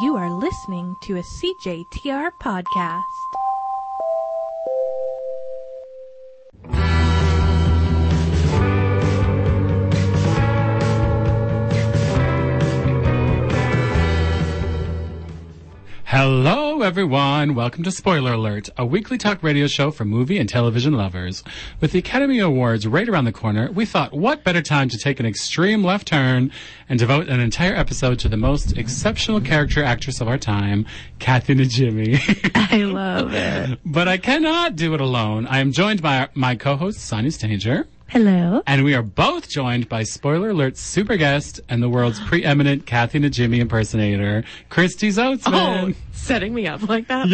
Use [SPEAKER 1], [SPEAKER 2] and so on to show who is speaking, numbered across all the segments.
[SPEAKER 1] You are listening to a CJTR podcast.
[SPEAKER 2] Hello, everyone. Welcome to Spoiler Alert, a weekly talk radio show for movie and television lovers. With the Academy Awards right around the corner, we thought what better time to take an extreme left turn and devote an entire episode to the most exceptional character actress of our time, Kathy Najimy.
[SPEAKER 1] I love it.
[SPEAKER 2] but I cannot do it alone. I am joined by my co-host, Sonia Stanger.
[SPEAKER 1] Hello.
[SPEAKER 2] And we are both joined by Spoiler Alert super guest and the world's preeminent Kathy Najimy impersonator, Christy Zotzman.
[SPEAKER 3] Oh, setting me up like that?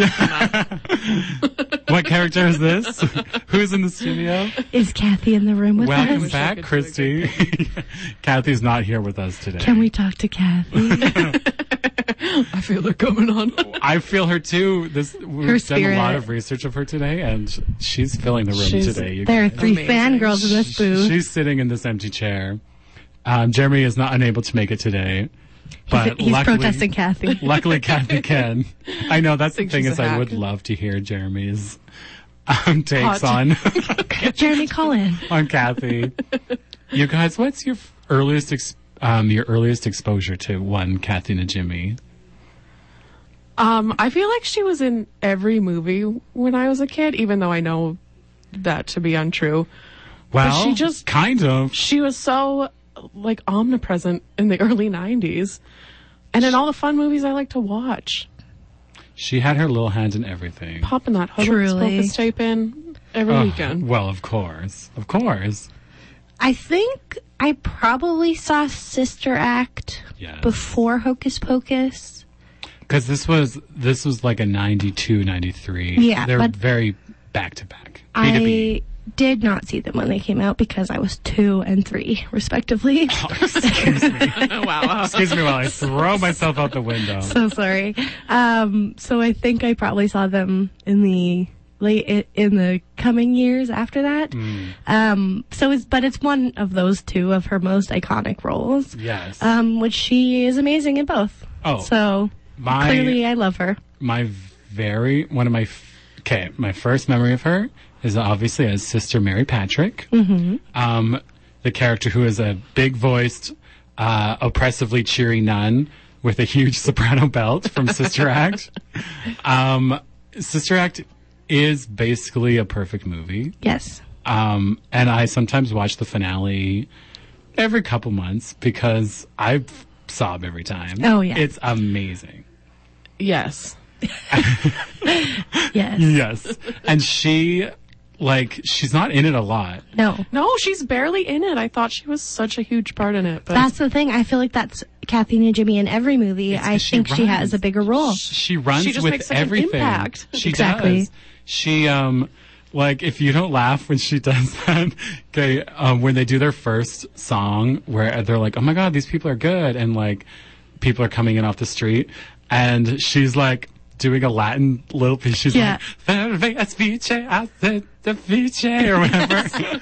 [SPEAKER 2] What character is this? Who's in the studio?
[SPEAKER 1] Is Kathy in the room with
[SPEAKER 2] Welcome
[SPEAKER 1] us?
[SPEAKER 2] back,
[SPEAKER 3] could do
[SPEAKER 2] Christy. Kathy's not here with us today.
[SPEAKER 1] Can we talk to Kathy?
[SPEAKER 3] I feel they're coming on.
[SPEAKER 2] I feel her too. This we've
[SPEAKER 1] Her
[SPEAKER 2] done a lot
[SPEAKER 1] spirit.
[SPEAKER 2] of research of her today, and she's filling the room
[SPEAKER 3] She's-
[SPEAKER 2] today. you
[SPEAKER 1] there are
[SPEAKER 2] guys.
[SPEAKER 1] three
[SPEAKER 3] Amazing.
[SPEAKER 1] fangirls in this booth.
[SPEAKER 2] She's sitting in this empty chair. Um, Jeremy is not unable to make it today, but
[SPEAKER 1] He's
[SPEAKER 2] uh, luckily,
[SPEAKER 1] protesting Kathy.
[SPEAKER 2] Luckily, Kathy can. I know that's the
[SPEAKER 3] Think
[SPEAKER 2] thing
[SPEAKER 3] she's
[SPEAKER 2] is,
[SPEAKER 3] a
[SPEAKER 2] I
[SPEAKER 3] hack.
[SPEAKER 2] would love to hear Jeremy's um, takes
[SPEAKER 3] Hot
[SPEAKER 2] on
[SPEAKER 1] Jeremy Cullen.
[SPEAKER 2] on Kathy. you guys, what's your f- earliest ex- um, your earliest exposure to one Kathy and Jimmy?
[SPEAKER 3] Um, I feel like she was in every movie when I was a kid, even though I know that to be untrue.
[SPEAKER 2] Well,
[SPEAKER 3] she just-
[SPEAKER 2] kind of.
[SPEAKER 3] She was so like omnipresent in the early '90s, and in all the fun movies I like to watch,
[SPEAKER 2] She had her little hand in everything.
[SPEAKER 3] popping that
[SPEAKER 1] Truly.
[SPEAKER 3] Hocus Pocus tape in every
[SPEAKER 2] Ugh,
[SPEAKER 3] weekend.
[SPEAKER 2] well, of course, of course.
[SPEAKER 4] I think I probably saw Sister Act
[SPEAKER 2] Yes.
[SPEAKER 4] before Hocus Pocus.
[SPEAKER 2] Because this was this was like a 92, 93.
[SPEAKER 4] Yeah,
[SPEAKER 2] they're
[SPEAKER 4] but-
[SPEAKER 2] very back to back.
[SPEAKER 4] I did not see them when they came out because I was two and three, respectively.
[SPEAKER 2] Oh.
[SPEAKER 3] Oh, wow,
[SPEAKER 2] Excuse me while I throw myself out the window.
[SPEAKER 4] so sorry. Um, so I think I probably saw them in the late i- in the coming years after that.
[SPEAKER 2] Hmm.
[SPEAKER 4] Um, so it's but it's one of those two of her most iconic roles,
[SPEAKER 2] Yes.
[SPEAKER 4] um, which she is amazing in both.
[SPEAKER 2] Oh.
[SPEAKER 4] so
[SPEAKER 2] My-
[SPEAKER 4] clearly I love her.
[SPEAKER 2] my very one of my okay my first memory of her is obviously as sister mary patrick mm-hmm. um, the character who is a big voiced uh, oppressively cheery nun with a huge soprano belt from sister act um, sister act is basically a perfect movie
[SPEAKER 4] Yes.
[SPEAKER 2] um, and I sometimes watch the finale every couple months because I f- sob every time.
[SPEAKER 4] Oh, yeah.
[SPEAKER 2] it's amazing.
[SPEAKER 3] yes,
[SPEAKER 4] Yes.
[SPEAKER 2] Yes, and she, like, she's not in it a lot.
[SPEAKER 4] No.
[SPEAKER 3] no, she's barely in it. I thought she was such a huge part in it, but
[SPEAKER 4] That's the thing. I feel like that's Kathy and Jimmy in every movie.
[SPEAKER 2] It's
[SPEAKER 4] I
[SPEAKER 2] 'cause she
[SPEAKER 4] think she
[SPEAKER 2] runs.
[SPEAKER 4] has a bigger role.
[SPEAKER 2] She runs
[SPEAKER 3] She just
[SPEAKER 2] with
[SPEAKER 3] makes such an
[SPEAKER 2] everything.
[SPEAKER 3] impact.
[SPEAKER 2] She
[SPEAKER 4] Exactly.
[SPEAKER 2] does. She um like if you don't laugh when she does that, okay, um, when they do their first song where they're like, "Oh my god, these people are good," and like people are coming in off the street, and she's like doing a Latin little piece. She's
[SPEAKER 4] Yeah.
[SPEAKER 2] like, "Verveas vice, acet de vice," or whatever.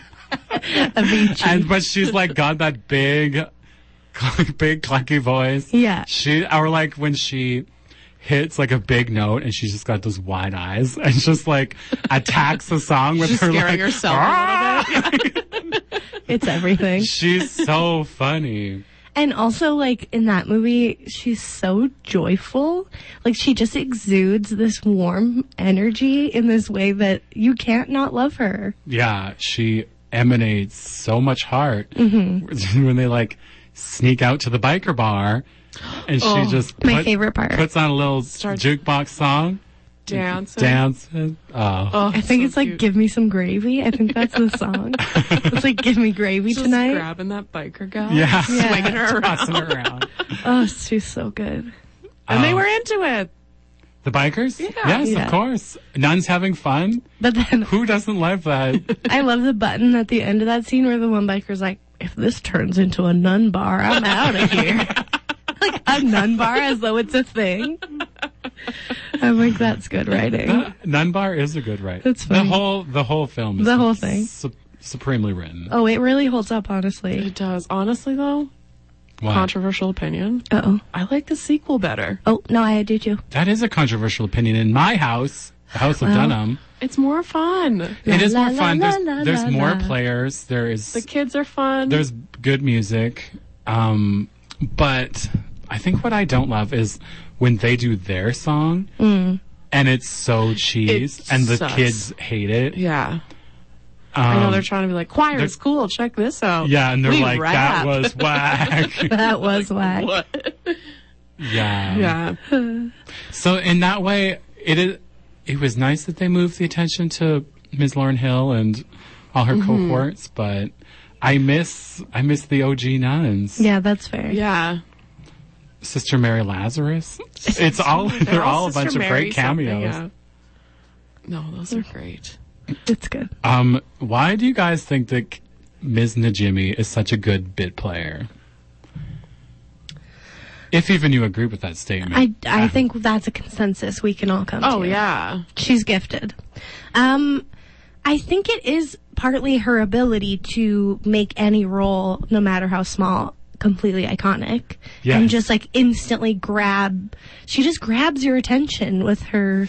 [SPEAKER 2] and but she's like got that big big clunky voice.
[SPEAKER 4] Yeah.
[SPEAKER 2] She or like when she hits like a big note and she's just got those wide eyes and just like attacks the song with
[SPEAKER 3] she's
[SPEAKER 2] her
[SPEAKER 3] scaring
[SPEAKER 2] like, "Ah!"
[SPEAKER 3] herself a little bit.
[SPEAKER 4] It's everything.
[SPEAKER 2] She's so funny.
[SPEAKER 4] and also, like in that movie, she's so joyful. Like she just exudes this warm energy in this way that you can't not love her.
[SPEAKER 2] Yeah, she emanates so much heart
[SPEAKER 3] Mm-hmm.
[SPEAKER 2] when they like sneak out to the biker bar and she
[SPEAKER 3] Oh,
[SPEAKER 2] just
[SPEAKER 4] my
[SPEAKER 2] put-
[SPEAKER 4] favorite part.
[SPEAKER 2] puts on a little
[SPEAKER 3] Starts-
[SPEAKER 2] jukebox song,
[SPEAKER 3] Dance,
[SPEAKER 2] dances. Oh.
[SPEAKER 3] Oh,
[SPEAKER 4] I think
[SPEAKER 3] so
[SPEAKER 4] it's like
[SPEAKER 3] cute.
[SPEAKER 4] "Give Me Some Gravy." I think that's the song. it's like "Give Me Gravy
[SPEAKER 3] Just
[SPEAKER 4] Tonight."
[SPEAKER 3] grabbing that biker guy.
[SPEAKER 2] yeah.
[SPEAKER 3] Swinging her around.
[SPEAKER 2] Tossing her around.
[SPEAKER 4] Oh, she's so good.
[SPEAKER 3] And they
[SPEAKER 2] Um,
[SPEAKER 3] were into it.
[SPEAKER 2] The bikers? yes,
[SPEAKER 4] Yeah.
[SPEAKER 2] of course. Nuns having fun.
[SPEAKER 4] But then
[SPEAKER 2] Who doesn't love that?
[SPEAKER 4] I love the button at the end of that scene where the one biker's like, if this turns into a nun bar, I'm out of here. like a nun bar as though it's a thing. I'm like, that's good writing.
[SPEAKER 2] Nun bar is a good right.
[SPEAKER 4] That's
[SPEAKER 2] The
[SPEAKER 4] funny.
[SPEAKER 2] whole the whole film is
[SPEAKER 4] The whole thing.
[SPEAKER 2] su- supremely written.
[SPEAKER 4] Oh, it really holds up, honestly.
[SPEAKER 3] It does. Honestly, though,
[SPEAKER 2] Why?
[SPEAKER 3] Controversial opinion.
[SPEAKER 4] Uh oh.
[SPEAKER 3] I like the sequel better.
[SPEAKER 4] Oh no, I do too.
[SPEAKER 2] That is a controversial opinion in my house, the house of Dunham.
[SPEAKER 3] It's more fun.
[SPEAKER 2] it is
[SPEAKER 4] la,
[SPEAKER 2] more
[SPEAKER 4] la,
[SPEAKER 2] fun.
[SPEAKER 4] la,
[SPEAKER 2] there's
[SPEAKER 4] la,
[SPEAKER 2] there's
[SPEAKER 4] la,
[SPEAKER 2] more
[SPEAKER 4] la.
[SPEAKER 2] players. There is
[SPEAKER 3] The kids are fun.
[SPEAKER 2] there's good music. Um, but I think what I don't love is when they do their song and it's so cheese
[SPEAKER 3] Mm. It
[SPEAKER 2] and the
[SPEAKER 3] sucks.
[SPEAKER 2] kids hate it.
[SPEAKER 3] yeah.
[SPEAKER 2] Um,
[SPEAKER 3] I know they're trying to be like choir
[SPEAKER 2] they're-
[SPEAKER 3] is cool. Check this out.
[SPEAKER 2] yeah, and they're
[SPEAKER 3] We
[SPEAKER 2] like,
[SPEAKER 3] rap."
[SPEAKER 2] that was whack.
[SPEAKER 4] That was whack.
[SPEAKER 2] yeah.
[SPEAKER 3] yeah.
[SPEAKER 2] So in that way, it is, it was nice that they moved the attention to Ms. Lauren Hill and all her
[SPEAKER 3] Mm-hmm.
[SPEAKER 2] cohorts, but I miss I miss the OG nuns.
[SPEAKER 4] Yeah, that's fair.
[SPEAKER 3] Yeah.
[SPEAKER 2] Sister Mary Lazarus. It's all they're all a
[SPEAKER 3] Sister
[SPEAKER 2] bunch of
[SPEAKER 3] Mary
[SPEAKER 2] great
[SPEAKER 3] something,
[SPEAKER 2] cameos.
[SPEAKER 3] yeah. No, those are great.
[SPEAKER 4] It's good.
[SPEAKER 2] Um, why do you guys think that K- Ms. Najimy is such a good bit player? If even you agree with that statement, Um,
[SPEAKER 4] I, I think that's a consensus we can all come to.
[SPEAKER 3] Oh yeah.
[SPEAKER 4] She's gifted. Um, I think it is partly her ability to make any role, no matter how small, completely iconic.
[SPEAKER 2] Yeah.
[SPEAKER 4] And just like instantly grab, she just grabs your attention with her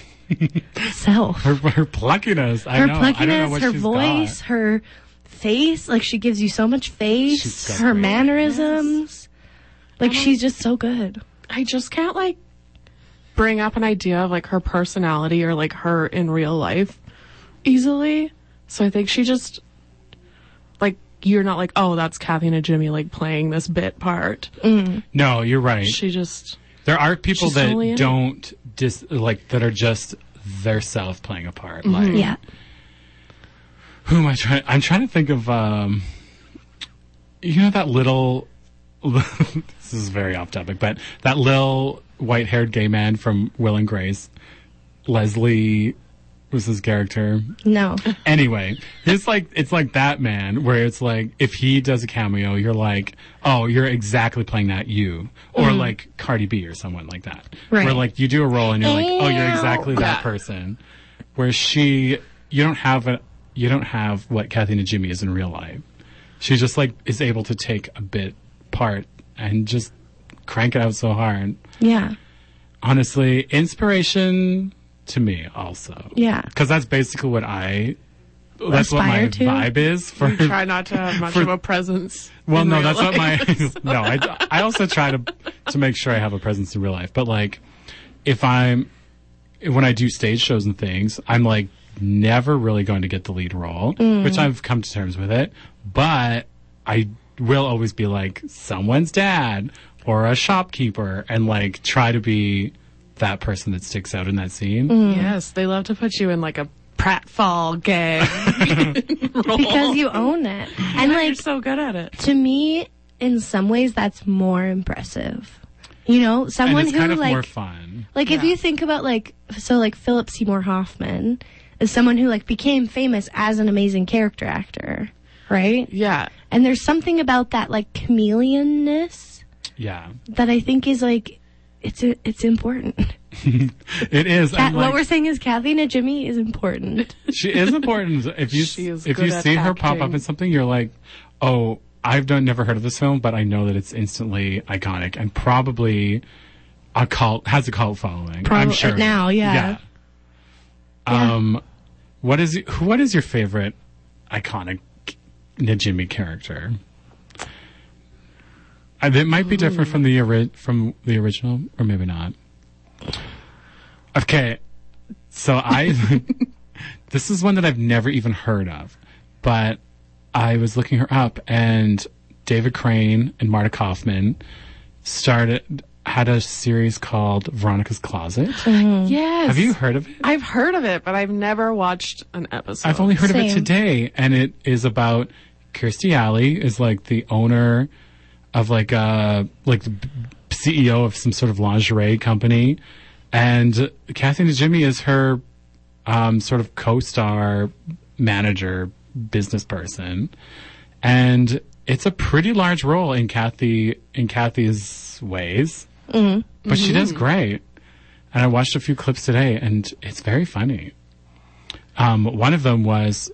[SPEAKER 4] self.
[SPEAKER 2] her, her pluckiness. I
[SPEAKER 4] Her
[SPEAKER 2] know. I don't know
[SPEAKER 4] pluckiness,
[SPEAKER 2] what
[SPEAKER 4] her
[SPEAKER 2] she's
[SPEAKER 4] voice,
[SPEAKER 2] got.
[SPEAKER 4] her face. Like she gives you so much
[SPEAKER 2] She's
[SPEAKER 4] face,
[SPEAKER 2] got
[SPEAKER 4] her
[SPEAKER 2] great-
[SPEAKER 4] mannerisms. Like she's just so good.
[SPEAKER 3] I just can't like bring up an idea of like her personality or like her in real life easily. So I think she just like you're not like, oh, that's Kathy and Jimmy like playing this bit part.
[SPEAKER 2] No, you're right.
[SPEAKER 3] She just
[SPEAKER 2] There are people
[SPEAKER 3] She's totally in
[SPEAKER 2] that
[SPEAKER 3] it.
[SPEAKER 2] don't dis like that are just their self playing a part. Like
[SPEAKER 4] Yeah.
[SPEAKER 2] who am I trying? I'm trying to think of um, you know that little. this is very off topic, but that little white haired gay man from Will and Grace, Leslie was his character.
[SPEAKER 4] No.
[SPEAKER 2] Anyway, it's like it's like that man where it's like if he does a cameo, you're like, oh, you're exactly playing that you, or like Cardi B or someone like that. Where
[SPEAKER 4] Mm-hmm. Right.
[SPEAKER 2] like you do a role and you're like, oh, you're
[SPEAKER 4] Ew.
[SPEAKER 2] exactly that person. Where she, you don't have a, you don't have what Kathy and Jimmy is in real life. She just like is able to take a bit part and just crank it out so hard.
[SPEAKER 4] Yeah.
[SPEAKER 2] Honestly, inspiration to me also
[SPEAKER 4] Yeah.
[SPEAKER 2] because that's basically what I. That's what my
[SPEAKER 4] Aspire to?
[SPEAKER 2] vibe is for.
[SPEAKER 3] try not to have much
[SPEAKER 2] For-
[SPEAKER 3] of a presence.
[SPEAKER 2] well,
[SPEAKER 3] in
[SPEAKER 2] no,
[SPEAKER 3] real
[SPEAKER 2] that's
[SPEAKER 3] life.
[SPEAKER 2] what my. no, I, I also try to to make sure I have a presence in real life. But like, if I'm when I do stage shows and things, I'm like never really going to get the lead role, which I've come to terms with it. But I will always be like someone's dad or a shopkeeper, and like try to be that person that sticks out in that scene.
[SPEAKER 3] Yes, they love to put you in like a pratfall gag.
[SPEAKER 4] Because you own it. And
[SPEAKER 3] You're
[SPEAKER 4] like
[SPEAKER 3] so good at it.
[SPEAKER 4] to me, in some ways that's more impressive. You know,
[SPEAKER 2] And
[SPEAKER 4] someone
[SPEAKER 2] it's
[SPEAKER 4] who
[SPEAKER 2] kind of
[SPEAKER 4] like
[SPEAKER 2] more fun.
[SPEAKER 4] like if you think about like so like Philip Seymour Hoffman is someone who like became famous as an amazing character actor, right?
[SPEAKER 3] Yeah.
[SPEAKER 4] And there's something about that like chameleonness
[SPEAKER 2] Yeah.
[SPEAKER 4] that I think is like it's a, it's important.
[SPEAKER 2] It is.
[SPEAKER 4] That,
[SPEAKER 2] and,
[SPEAKER 4] what
[SPEAKER 2] like,
[SPEAKER 4] we're saying is Kathy and Jimmy is important.
[SPEAKER 2] she is important. If you
[SPEAKER 3] She is
[SPEAKER 2] if
[SPEAKER 3] good
[SPEAKER 2] you
[SPEAKER 3] at
[SPEAKER 2] see her pop up
[SPEAKER 3] acting.
[SPEAKER 2] in something, you're like, oh, I've done never heard of this film, but I know that it's instantly iconic and probably a cult has a cult following. I'm
[SPEAKER 4] Probably-
[SPEAKER 2] sure
[SPEAKER 4] now, yeah.
[SPEAKER 2] Um, what is who- what is your favorite iconic Najimi character? I, it might be different from the ori- from the original, or maybe not. Okay, so I this is one that I've never even heard of, but I was looking her up, and David Crane and Marta Kaufman started had a series called Veronica's Closet.
[SPEAKER 3] Yes.
[SPEAKER 2] Have you heard of it?
[SPEAKER 3] I've heard of it, but I've never watched an episode.
[SPEAKER 2] I've only heard of it
[SPEAKER 4] Same.
[SPEAKER 2] today, and it is about Kirstie Alley is like the owner of like a like the b- CEO of some sort of lingerie company, and Kathy and Jimmy is her um, sort of co-star manager business person, and it's a pretty large role in Kathy in Kathy's ways, but she does great. And I watched a few clips today, and it's very funny. Um, one of them was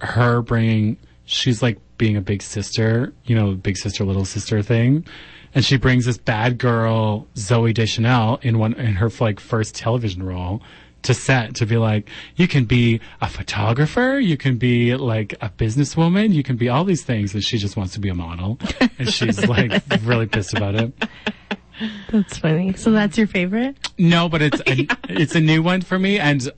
[SPEAKER 2] her bringing, she's like being a big sister, you know, big sister, little sister thing. and she brings this bad girl Zoe Deschanel in one in her like first television role to set to be like, you can be a photographer, you can be like a businesswoman, you can be all these things, and she just wants to be a model, and she's like really pissed about it.
[SPEAKER 4] That's funny. So that's your favorite?
[SPEAKER 2] No, but it's a, it's a new one for me, and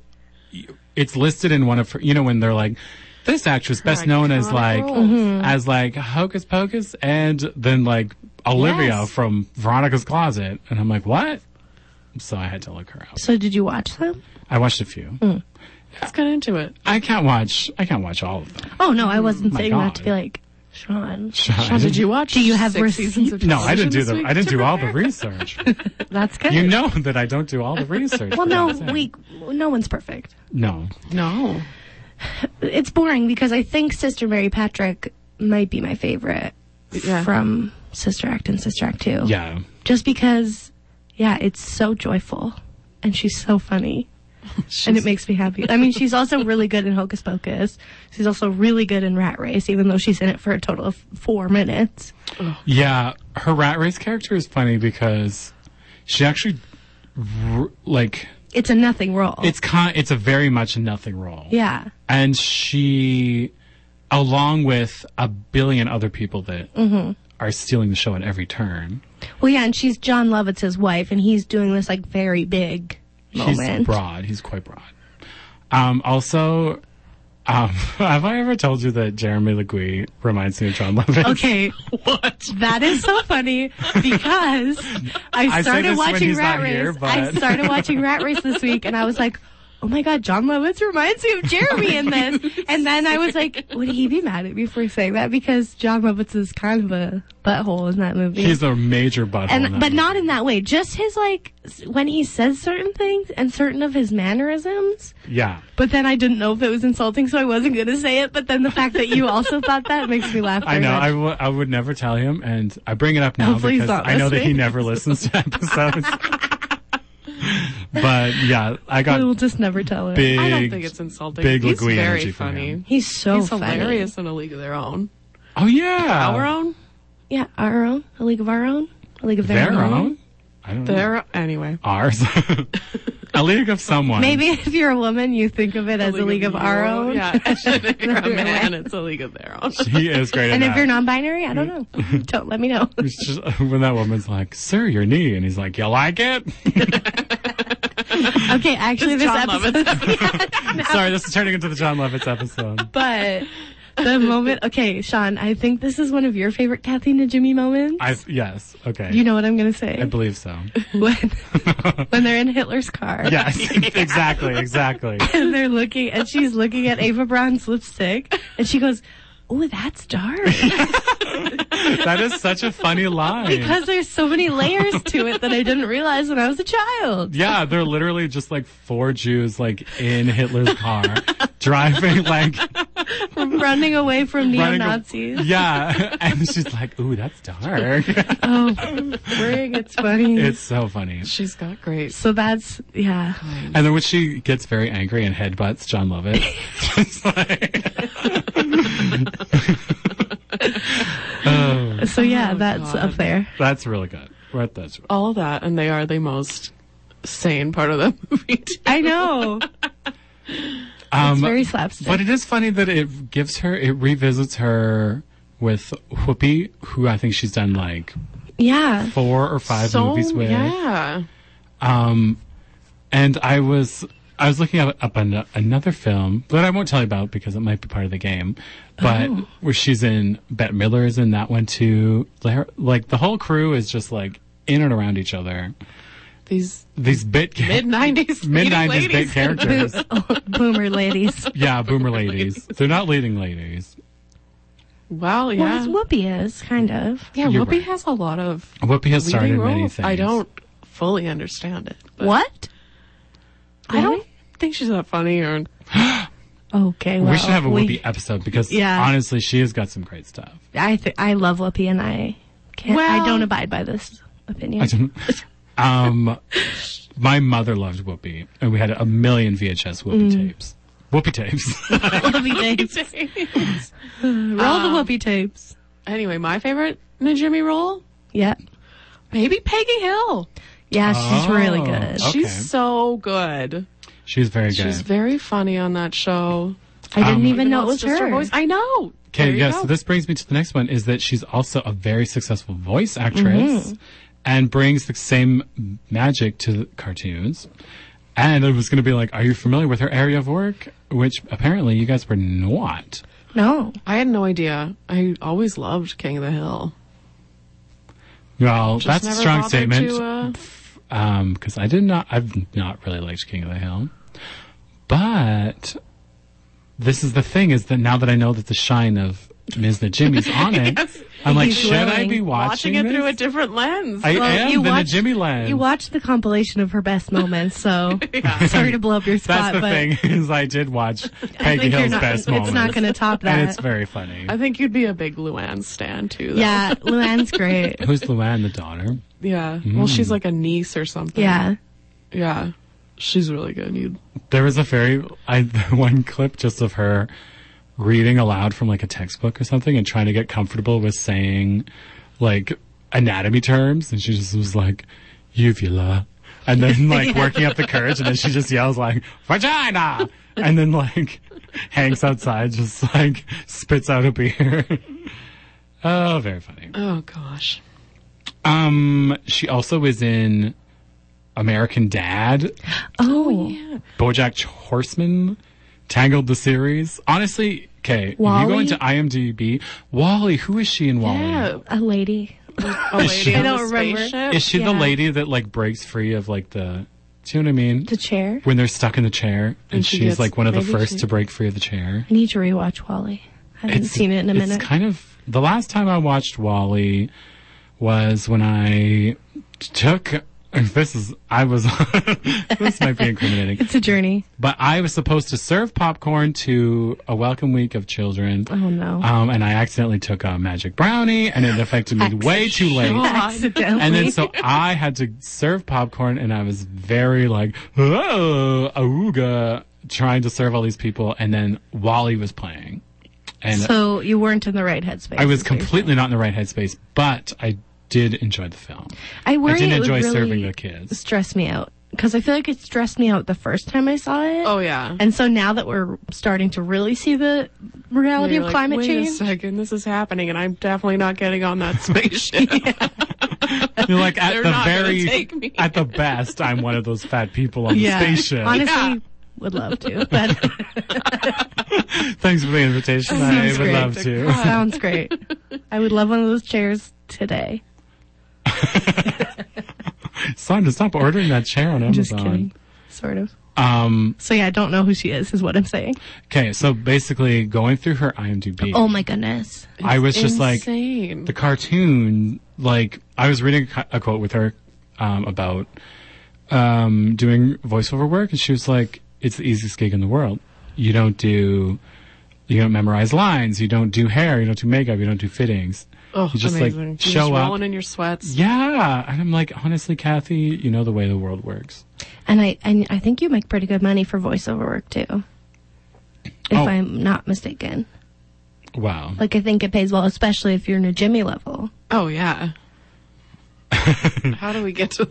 [SPEAKER 2] it's listed in one of her, you know when they're like. This actress, best known as
[SPEAKER 3] iconic
[SPEAKER 2] like
[SPEAKER 3] roles.
[SPEAKER 4] Mm-hmm.
[SPEAKER 2] as like Hocus Pocus, and then like Olivia
[SPEAKER 4] Yes.
[SPEAKER 2] from Veronica's Closet, and I'm like, what? So I had to look her up.
[SPEAKER 4] So did you watch them?
[SPEAKER 2] I watched a few.
[SPEAKER 4] Hmm.
[SPEAKER 3] Let's get into it.
[SPEAKER 2] I can't watch. I can't watch all of them.
[SPEAKER 4] Oh no, I wasn't
[SPEAKER 2] my
[SPEAKER 4] saying that to
[SPEAKER 2] God.
[SPEAKER 4] be like Sean.
[SPEAKER 3] How did you watch?
[SPEAKER 4] Do you have
[SPEAKER 3] six seasons of
[SPEAKER 4] receipts?
[SPEAKER 2] No, I didn't do
[SPEAKER 3] television
[SPEAKER 2] the.
[SPEAKER 3] this
[SPEAKER 2] I didn't do
[SPEAKER 3] week?
[SPEAKER 2] all the research.
[SPEAKER 4] That's good.
[SPEAKER 2] you know that I don't do all the research.
[SPEAKER 4] well,
[SPEAKER 2] for
[SPEAKER 4] no,
[SPEAKER 2] what I'm saying.
[SPEAKER 4] we no one's perfect.
[SPEAKER 2] No,
[SPEAKER 3] No.
[SPEAKER 4] It's boring because I think Sister Mary Patrick might be my favorite
[SPEAKER 3] Yeah.
[SPEAKER 4] from Sister Act and Sister Act Two.
[SPEAKER 2] yeah,
[SPEAKER 4] just because, yeah, it's so joyful and she's so funny. and it makes me happy. I mean, she's also really good in Hocus Pocus. She's also really good in Rat Race, even though she's in it for a total of four minutes.
[SPEAKER 2] yeah. Her rat race character is funny because she actually, r- like,
[SPEAKER 4] It's a nothing role.
[SPEAKER 2] it's kind. It's a very much nothing role.
[SPEAKER 4] yeah.
[SPEAKER 2] and she, along with a billion other people that
[SPEAKER 4] Mm-hmm.
[SPEAKER 2] are stealing the show at every turn,
[SPEAKER 4] Well, yeah, and she's John Lovitz's wife, and he's doing this like very big
[SPEAKER 2] He's
[SPEAKER 4] moment.
[SPEAKER 2] broad. He's quite broad. Um, also, um, have I ever told you that Jeremy Legui reminds me of John Lovitz?
[SPEAKER 4] Okay, what? That is so funny because I
[SPEAKER 2] say
[SPEAKER 4] started
[SPEAKER 2] this when
[SPEAKER 4] watching
[SPEAKER 2] he's
[SPEAKER 4] Rat
[SPEAKER 2] not
[SPEAKER 4] Race.
[SPEAKER 2] here,
[SPEAKER 4] I
[SPEAKER 2] but-
[SPEAKER 4] started watching Rat Race this week, and I was like, "Oh my god, John Lovitz reminds me of Jeremy in this." And then I was like, "Would he be mad at me for saying that?" Because John Lovitz is kind of a butthole in that movie.
[SPEAKER 2] He's a major butthole. in
[SPEAKER 4] and
[SPEAKER 2] that
[SPEAKER 4] but
[SPEAKER 2] movie.
[SPEAKER 4] not in that way. Just his like s- when he says certain things and certain of his mannerisms.
[SPEAKER 2] Yeah.
[SPEAKER 4] But then I didn't know if it was insulting, so I wasn't going to say it. But then the fact that you also thought that makes me laugh.
[SPEAKER 2] I
[SPEAKER 4] very
[SPEAKER 2] know.
[SPEAKER 4] much.
[SPEAKER 2] I, w- I would never tell him, and I bring it up now
[SPEAKER 4] Oh, please
[SPEAKER 2] because
[SPEAKER 4] don't
[SPEAKER 2] I know that he
[SPEAKER 4] listen.
[SPEAKER 2] never listens to episodes. but yeah, I
[SPEAKER 4] I will
[SPEAKER 2] got
[SPEAKER 4] just never tell her.
[SPEAKER 2] big.
[SPEAKER 3] I don't think it's insulting.
[SPEAKER 2] big
[SPEAKER 3] He's
[SPEAKER 2] Leguin
[SPEAKER 3] very
[SPEAKER 2] energy from
[SPEAKER 3] funny.
[SPEAKER 2] him.
[SPEAKER 4] He's so
[SPEAKER 3] He's
[SPEAKER 4] Oh, funny.
[SPEAKER 3] hilarious in A League of Their Own.
[SPEAKER 2] oh yeah,
[SPEAKER 3] Our own?
[SPEAKER 4] Yeah, our own, a league of our own, a league of their,
[SPEAKER 2] their own. I don't know.
[SPEAKER 3] Their Anyway.
[SPEAKER 2] Ours. a league of someone.
[SPEAKER 4] Maybe if you're a woman, you think of it as a league of our
[SPEAKER 3] Your
[SPEAKER 4] own.
[SPEAKER 3] Yeah. if you're a man, it's A League of Their Own.
[SPEAKER 2] He is great.
[SPEAKER 4] And
[SPEAKER 2] at
[SPEAKER 4] if
[SPEAKER 2] that.
[SPEAKER 4] you're non-binary, I don't know. don't let me know.
[SPEAKER 2] It's just when that woman's like, "Sir, your knee," and he's like, "You like it?"
[SPEAKER 4] Okay, actually,
[SPEAKER 3] It's
[SPEAKER 4] this
[SPEAKER 3] John
[SPEAKER 4] episode.
[SPEAKER 2] Sorry, this is turning into the John Lovitz episode.
[SPEAKER 4] But the moment. Okay, Sean, I think this is one of your favorite Kathy and Jimmy moments.
[SPEAKER 2] I yes, okay,
[SPEAKER 4] you know what I'm going to say
[SPEAKER 2] I believe so.
[SPEAKER 4] when when they're in Hitler's car.
[SPEAKER 2] Yes, exactly, exactly.
[SPEAKER 4] and they're looking, and she's looking at Ava Brown's lipstick, and she goes, "Oh, that's dark,"
[SPEAKER 2] That is such a funny line.
[SPEAKER 4] because there's so many layers to it that I didn't realize when I was a child.
[SPEAKER 2] yeah, they're literally just like four Jews, like in Hitler's car, driving, like
[SPEAKER 4] Running away from neo
[SPEAKER 2] running.
[SPEAKER 4] Nazis.
[SPEAKER 2] Yeah, and she's like, "Ooh, that's dark."
[SPEAKER 4] Oh, frig, it's funny.
[SPEAKER 2] it's so funny.
[SPEAKER 3] She's got great.
[SPEAKER 4] so that's yeah.
[SPEAKER 2] And then when she gets very angry and headbutts John Lovett, it's like- Oh,
[SPEAKER 4] So yeah,
[SPEAKER 3] Oh,
[SPEAKER 4] that's
[SPEAKER 3] God.
[SPEAKER 4] up there.
[SPEAKER 2] that's really good. Right, that's
[SPEAKER 3] All that, and they are the most sane part of the movie. too.
[SPEAKER 4] I know.
[SPEAKER 2] um,
[SPEAKER 4] It's very slapstick.
[SPEAKER 2] but it is funny that it gives her, it revisits her with Whoopi, who I think she's done like
[SPEAKER 4] yeah.
[SPEAKER 2] four or five
[SPEAKER 3] so,
[SPEAKER 2] movies with.
[SPEAKER 3] yeah.
[SPEAKER 2] Um, and I was I was looking up, up an, another film that I won't tell you about because it might be part of the game, but
[SPEAKER 3] Oh.
[SPEAKER 2] where she's in, Bette Midler is in that one too. Lar- Like the whole crew is just like in and around each other.
[SPEAKER 3] These
[SPEAKER 2] These bit
[SPEAKER 3] mid 90s
[SPEAKER 2] mid nineties bit
[SPEAKER 3] ladies.
[SPEAKER 2] characters,
[SPEAKER 4] oh, Boomer ladies.
[SPEAKER 2] yeah, boomer ladies. They're not leading ladies.
[SPEAKER 3] Well,
[SPEAKER 4] Well,
[SPEAKER 3] yeah.
[SPEAKER 4] that's Whoopi is kind of.
[SPEAKER 3] yeah,
[SPEAKER 2] You're
[SPEAKER 3] Whoopi
[SPEAKER 2] right.
[SPEAKER 3] has a lot of
[SPEAKER 2] Whoopi has started
[SPEAKER 3] leading
[SPEAKER 2] in many
[SPEAKER 3] roles.
[SPEAKER 2] things.
[SPEAKER 3] I don't fully understand it. but
[SPEAKER 4] What?
[SPEAKER 3] I don't
[SPEAKER 4] Really?
[SPEAKER 3] think she's that funny or
[SPEAKER 4] Okay. Well,
[SPEAKER 2] we should have a Whoopi episode because
[SPEAKER 4] Yeah.
[SPEAKER 2] honestly, she has got some great stuff.
[SPEAKER 4] I th- I love Whoopi, and I can't. I
[SPEAKER 3] Well-
[SPEAKER 4] don't abide by this opinion.
[SPEAKER 2] I don't. Um, my mother loved Whoopi, and we had a million VHS Whoopi
[SPEAKER 3] Mm.
[SPEAKER 2] tapes. Whoopi tapes.
[SPEAKER 4] Whoopi tapes.
[SPEAKER 2] Um,
[SPEAKER 4] Roll the Whoopi tapes.
[SPEAKER 3] Anyway, my favorite Najimi role
[SPEAKER 4] Yep.
[SPEAKER 3] Maybe Peggy Hill.
[SPEAKER 4] Yeah, she's really
[SPEAKER 2] Oh,
[SPEAKER 4] good.
[SPEAKER 2] okay.
[SPEAKER 3] She's so good.
[SPEAKER 2] She's very good.
[SPEAKER 3] She's very funny on that show.
[SPEAKER 4] I didn't
[SPEAKER 2] Um,
[SPEAKER 4] even know it
[SPEAKER 3] Even though
[SPEAKER 4] was
[SPEAKER 3] it's just
[SPEAKER 4] her.
[SPEAKER 3] voice. I know. There
[SPEAKER 2] Okay,
[SPEAKER 3] you
[SPEAKER 2] yes.
[SPEAKER 3] go.
[SPEAKER 2] So this brings me to the next one is that she's also a very successful voice
[SPEAKER 3] Mm-hmm.
[SPEAKER 2] actress and brings the same magic to the cartoons. And I was going to be like, are you familiar with her area of work? Which apparently you guys were not.
[SPEAKER 4] No.
[SPEAKER 3] I had no idea. I always loved King of the Hill.
[SPEAKER 2] Well,
[SPEAKER 3] Just
[SPEAKER 2] that's a
[SPEAKER 3] never
[SPEAKER 2] strong
[SPEAKER 3] bothered
[SPEAKER 2] statement.
[SPEAKER 3] to, uh,
[SPEAKER 2] Um, 'cause because I did not, I've not really liked King of the Hill, but this is the thing: is that now that I know that the shine of Ms. Jimmy's on it, I'm like,
[SPEAKER 4] He's
[SPEAKER 2] should I
[SPEAKER 4] willing.
[SPEAKER 2] be watching,
[SPEAKER 3] watching it
[SPEAKER 2] this?
[SPEAKER 3] through a different lens.
[SPEAKER 2] I
[SPEAKER 4] Well,
[SPEAKER 2] am
[SPEAKER 4] you
[SPEAKER 2] the
[SPEAKER 4] watched-
[SPEAKER 2] Jimmy lens.
[SPEAKER 4] You watched the compilation of her best moments, so sorry to blow up your
[SPEAKER 2] That's
[SPEAKER 4] spot,
[SPEAKER 2] the thing
[SPEAKER 4] but
[SPEAKER 2] is I did watch
[SPEAKER 4] I
[SPEAKER 2] Peggy
[SPEAKER 4] think you're
[SPEAKER 2] Hill's
[SPEAKER 4] not-
[SPEAKER 2] best
[SPEAKER 4] it's
[SPEAKER 2] moments.
[SPEAKER 4] not going to top that.
[SPEAKER 2] and it's very funny.
[SPEAKER 3] I think you'd be a big Luann stan too. Though.
[SPEAKER 4] yeah, Luann's great.
[SPEAKER 2] Who's Luann, the daughter?
[SPEAKER 3] Yeah.
[SPEAKER 2] Mm.
[SPEAKER 3] Well, she's like a niece or something.
[SPEAKER 4] Yeah.
[SPEAKER 3] Yeah. She's really good. You
[SPEAKER 2] There was a very I one clip just of her reading aloud from like a textbook or something and trying to get comfortable with saying like anatomy terms, and she just was like uvula, and then like working up the courage, and then she just yells like vagina, and then like hangs outside, just like spits out a beer. oh, very funny.
[SPEAKER 3] Oh gosh.
[SPEAKER 2] Um, she also was in American Dad,
[SPEAKER 4] Oh,
[SPEAKER 2] BoJack Horseman, Tangled the series. Honestly, okay, you go
[SPEAKER 4] Wally?
[SPEAKER 2] into IMDb. Wally, who is she in Wally?
[SPEAKER 3] Yeah.
[SPEAKER 4] a lady.
[SPEAKER 3] A lady
[SPEAKER 2] she-
[SPEAKER 3] on
[SPEAKER 4] I
[SPEAKER 3] the
[SPEAKER 4] don't remember.
[SPEAKER 3] spaceship.
[SPEAKER 2] Is she the
[SPEAKER 4] oh, Yeah.
[SPEAKER 2] lady that like breaks free of like the? Do you know what I mean?
[SPEAKER 4] The chair.
[SPEAKER 2] when they're stuck in the chair, and,
[SPEAKER 3] And she
[SPEAKER 2] she's
[SPEAKER 3] gets-
[SPEAKER 2] like one of the
[SPEAKER 3] maybe
[SPEAKER 2] first
[SPEAKER 3] she-
[SPEAKER 2] to break free of the chair.
[SPEAKER 4] I need to rewatch Wally. I haven't seen it in a
[SPEAKER 2] it's
[SPEAKER 4] minute.
[SPEAKER 2] kind of the last time I watched Wally was when I took. This is I was. this might be incriminating.
[SPEAKER 4] it's a journey.
[SPEAKER 2] but I was supposed to serve popcorn to a welcome week of children.
[SPEAKER 4] Oh, no.
[SPEAKER 2] Um, and I accidentally took a magic brownie, and it affected me way too late.
[SPEAKER 4] Accidentally.
[SPEAKER 2] And then so I had to serve popcorn, and I was very like, oh, auga, trying to serve all these people, and then Wally was playing, and
[SPEAKER 4] So you weren't in the right headspace.
[SPEAKER 2] I was
[SPEAKER 4] is what you're
[SPEAKER 2] completely not in the right headspace, but I did enjoy the film.
[SPEAKER 4] saying. I worry
[SPEAKER 2] I didn't
[SPEAKER 4] it would
[SPEAKER 2] enjoy
[SPEAKER 4] really
[SPEAKER 2] serving the kids.
[SPEAKER 4] Stress me out because I feel like it stressed me out the first time I saw it.
[SPEAKER 3] Oh yeah.
[SPEAKER 4] And so now that we're starting to really see the
[SPEAKER 3] Now
[SPEAKER 4] reality
[SPEAKER 3] you're
[SPEAKER 4] of
[SPEAKER 3] like,
[SPEAKER 4] climate
[SPEAKER 3] Wait
[SPEAKER 4] change,
[SPEAKER 3] a second, this is happening, and I'm definitely not getting on that spaceship.
[SPEAKER 2] You're like at
[SPEAKER 3] They're
[SPEAKER 2] the
[SPEAKER 3] not gonna take
[SPEAKER 2] very,
[SPEAKER 3] me.
[SPEAKER 2] at the best, I'm one of those fat people on
[SPEAKER 4] yeah,
[SPEAKER 2] the spaceship.
[SPEAKER 4] honestly,
[SPEAKER 3] Yeah.
[SPEAKER 4] would love to. But
[SPEAKER 2] Thanks for the invitation. I
[SPEAKER 4] Sounds
[SPEAKER 2] would
[SPEAKER 4] great.
[SPEAKER 2] love to.
[SPEAKER 4] sounds great. I would love one of those chairs today.
[SPEAKER 2] It's time to stop ordering that chair on Amazon.
[SPEAKER 4] Just kidding, sort of.
[SPEAKER 2] Um,
[SPEAKER 4] So yeah, I don't know who she is. Is what I'm saying.
[SPEAKER 2] okay, so basically going through her IMDb,
[SPEAKER 4] Oh my goodness.
[SPEAKER 2] I was just like,
[SPEAKER 3] Insane.
[SPEAKER 2] the cartoon like i was reading a, co- a quote with her um, about um, doing voiceover work and she was like it's the easiest gig in the world you don't do you don't memorize lines you don't do hair you don't do makeup you don't do fittings
[SPEAKER 3] oh,
[SPEAKER 2] you just
[SPEAKER 3] amazing.
[SPEAKER 2] like
[SPEAKER 3] You're
[SPEAKER 2] show
[SPEAKER 3] just
[SPEAKER 2] up
[SPEAKER 3] rolling in your sweats.
[SPEAKER 2] yeah and i'm like honestly kathy you know the way the world works
[SPEAKER 4] And I and I think you make pretty good money for voiceover work too. If
[SPEAKER 2] Oh.
[SPEAKER 4] I'm not mistaken.
[SPEAKER 2] wow
[SPEAKER 4] Like I think it pays well, especially if you're in a Jimmy level.
[SPEAKER 3] Oh yeah. How do we get to?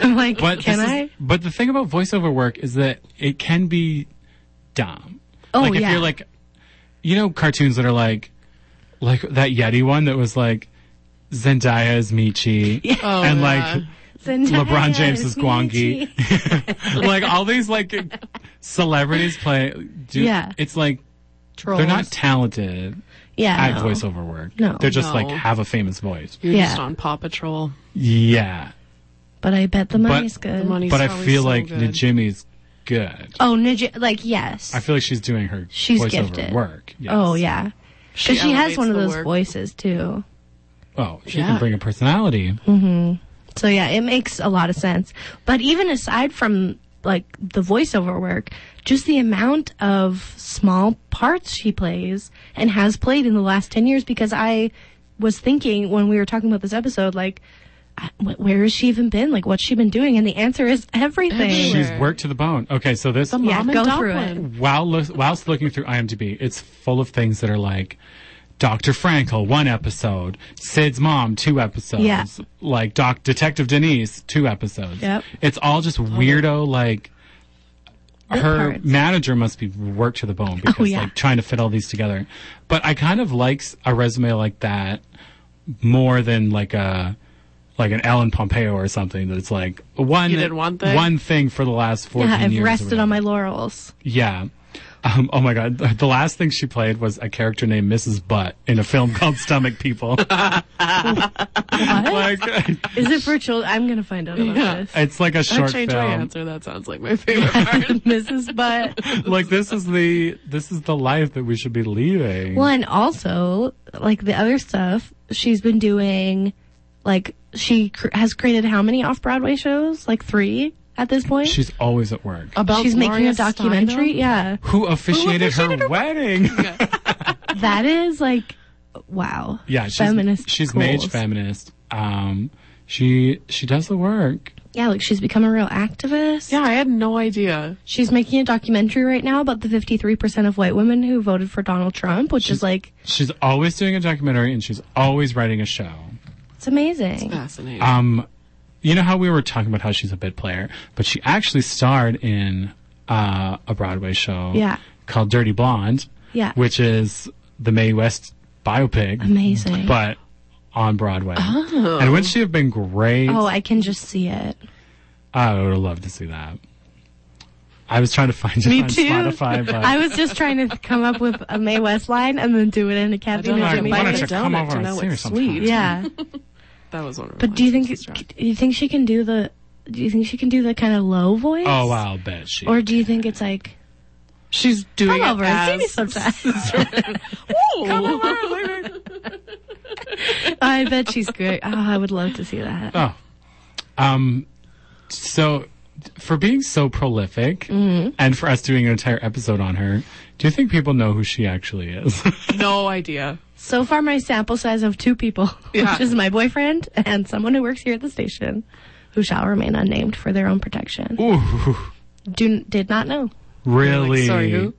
[SPEAKER 4] I'm like,
[SPEAKER 2] but
[SPEAKER 4] can
[SPEAKER 2] this is-
[SPEAKER 4] I?
[SPEAKER 2] but the thing about voiceover work is that it can be dumb
[SPEAKER 4] Oh
[SPEAKER 2] like if
[SPEAKER 4] yeah.
[SPEAKER 2] you're like you know cartoons that are like like that yeti one that was like zendaya is michi
[SPEAKER 3] Oh,
[SPEAKER 2] and
[SPEAKER 3] yeah.
[SPEAKER 2] like lebron james is guangi like all these like celebrities play do,
[SPEAKER 4] Yeah.
[SPEAKER 2] it's like
[SPEAKER 4] Trolls.
[SPEAKER 2] they're not talented
[SPEAKER 4] yeah,
[SPEAKER 2] at
[SPEAKER 4] no.
[SPEAKER 2] voiceover work
[SPEAKER 4] No.
[SPEAKER 2] they're just like
[SPEAKER 3] No.
[SPEAKER 2] have a famous voice
[SPEAKER 3] You're
[SPEAKER 4] Yeah.
[SPEAKER 3] just on Paw Patrol.
[SPEAKER 2] yeah
[SPEAKER 4] But I bet the money's good.
[SPEAKER 3] The money's
[SPEAKER 2] but i
[SPEAKER 3] always
[SPEAKER 2] feel
[SPEAKER 3] so
[SPEAKER 2] like
[SPEAKER 3] good.
[SPEAKER 2] najimi's good
[SPEAKER 4] Oh, Nij- like yes.
[SPEAKER 2] i feel like she's doing her
[SPEAKER 4] She's
[SPEAKER 2] voiceover
[SPEAKER 4] gifted.
[SPEAKER 2] work yes.
[SPEAKER 4] Oh yeah. Because she, has
[SPEAKER 3] elevates
[SPEAKER 4] one of
[SPEAKER 3] the
[SPEAKER 4] those
[SPEAKER 3] work.
[SPEAKER 4] voices too.
[SPEAKER 2] oh she
[SPEAKER 3] Yeah.
[SPEAKER 2] can bring a personality
[SPEAKER 4] So yeah, it makes a lot of sense. But even aside from like the voiceover work, just the amount of small parts she plays and has played in the last 10 years because I was thinking when we were talking about this episode like I- wh- where has she even been? Like what's she been doing? And the answer is everything.
[SPEAKER 3] Everywhere.
[SPEAKER 2] she's worked to the bone okay so this
[SPEAKER 4] Yeah,
[SPEAKER 3] Mom and
[SPEAKER 4] go through
[SPEAKER 3] Dublin.
[SPEAKER 2] while lo- whilst looking through IMDb, it's full of things that are like Dr. Frankel, one episode. Sid's mom, two episodes.
[SPEAKER 4] Yeah.
[SPEAKER 2] Like Doc Detective Denise, two episodes.
[SPEAKER 4] Yep.
[SPEAKER 2] It's all just weirdo like her
[SPEAKER 4] parts. Oh,
[SPEAKER 2] manager must be worked to the bone because
[SPEAKER 4] yeah.
[SPEAKER 2] like trying to fit all these together. But I kind of like s- a resume like that more than like a like an Ellen Pompeo or something that's like one
[SPEAKER 3] You did one thing?
[SPEAKER 2] one thing for the last 14
[SPEAKER 4] Yeah, I've
[SPEAKER 2] years. or
[SPEAKER 4] rested
[SPEAKER 2] whatever.
[SPEAKER 4] on my laurels.
[SPEAKER 2] Yeah. Um, oh my God. The the last thing she played was a character named Mrs. Butt in a film called Stomach People.
[SPEAKER 4] What?
[SPEAKER 2] like,
[SPEAKER 4] Is it for children? I'm gonna find out about
[SPEAKER 3] Yeah.
[SPEAKER 4] this.
[SPEAKER 2] it's like a
[SPEAKER 3] I
[SPEAKER 2] short
[SPEAKER 3] changed my
[SPEAKER 2] film.
[SPEAKER 3] answer. That sounds like my favorite part.
[SPEAKER 4] Mrs. Butt.
[SPEAKER 2] Like this is the this is the life that we should be leading.
[SPEAKER 4] Well, and also like the other stuff she's been doing, like she cr- has created how many off Broadway shows? Like three at this point.
[SPEAKER 2] She's always at work.
[SPEAKER 3] About
[SPEAKER 4] She's making
[SPEAKER 3] Gloria
[SPEAKER 4] a documentary.
[SPEAKER 3] Steinem?
[SPEAKER 4] Yeah,
[SPEAKER 2] Who officiated, her, wedding?
[SPEAKER 4] that is like, wow.
[SPEAKER 2] yeah, she's
[SPEAKER 4] feminist.
[SPEAKER 2] She's
[SPEAKER 4] goals.
[SPEAKER 2] mage feminist. Um, she she does the work.
[SPEAKER 4] Yeah, like she's become a real activist.
[SPEAKER 3] Yeah, I had no idea.
[SPEAKER 4] She's making a documentary right now about the 53% of white women who voted for Donald Trump, which is like,
[SPEAKER 2] She's always doing a documentary and she's always writing a show.
[SPEAKER 4] it's amazing.
[SPEAKER 3] Fascinating.
[SPEAKER 2] Um, you know how we were talking about how she's a bit player, but she actually starred in uh, a Broadway show
[SPEAKER 4] Yeah.
[SPEAKER 2] called Dirty Blonde,
[SPEAKER 4] Yeah.
[SPEAKER 2] which is the Mae West biopic,
[SPEAKER 4] amazing.
[SPEAKER 2] but on Broadway. And wouldn't she have been great?
[SPEAKER 4] oh, I can just see it.
[SPEAKER 2] I would have loved to see that. I was trying to find it
[SPEAKER 4] Me
[SPEAKER 2] on
[SPEAKER 4] too.
[SPEAKER 2] Spotify, but
[SPEAKER 4] I was just trying to come up with a Mae West line and then do it in a Kathy
[SPEAKER 3] don't
[SPEAKER 4] and
[SPEAKER 3] know.
[SPEAKER 2] like,
[SPEAKER 4] Jimmy
[SPEAKER 3] Why
[SPEAKER 2] why
[SPEAKER 3] don't
[SPEAKER 2] don't
[SPEAKER 4] Buffett.
[SPEAKER 2] you come
[SPEAKER 3] you donut
[SPEAKER 2] over
[SPEAKER 3] to
[SPEAKER 2] and
[SPEAKER 3] know
[SPEAKER 2] see her
[SPEAKER 3] it's
[SPEAKER 2] sometime? Oh,
[SPEAKER 3] sweet?
[SPEAKER 4] Yeah.
[SPEAKER 3] that was one of
[SPEAKER 4] But do you think, do you think she can do the, do you think she can do the kind of low voice?
[SPEAKER 2] Oh, I'll bet she.
[SPEAKER 4] Or do you think it's like,
[SPEAKER 3] she's doing
[SPEAKER 4] come over
[SPEAKER 3] it
[SPEAKER 4] and see me
[SPEAKER 3] as
[SPEAKER 4] sometimes?
[SPEAKER 3] Come
[SPEAKER 4] I bet she's great. Oh, I would love to see that.
[SPEAKER 2] Oh. Um, so, for being so prolific
[SPEAKER 3] Mm-hmm.
[SPEAKER 2] and for us doing an entire episode on her, do you think people know who she actually is?
[SPEAKER 3] No idea.
[SPEAKER 4] So far, my sample size of two people,
[SPEAKER 3] Yeah.
[SPEAKER 4] which is my boyfriend and someone who works here at the station, who shall remain unnamed for their own protection.
[SPEAKER 2] Ooh,
[SPEAKER 4] Do, did not know.
[SPEAKER 3] You're like,
[SPEAKER 2] really?
[SPEAKER 3] Sorry, who?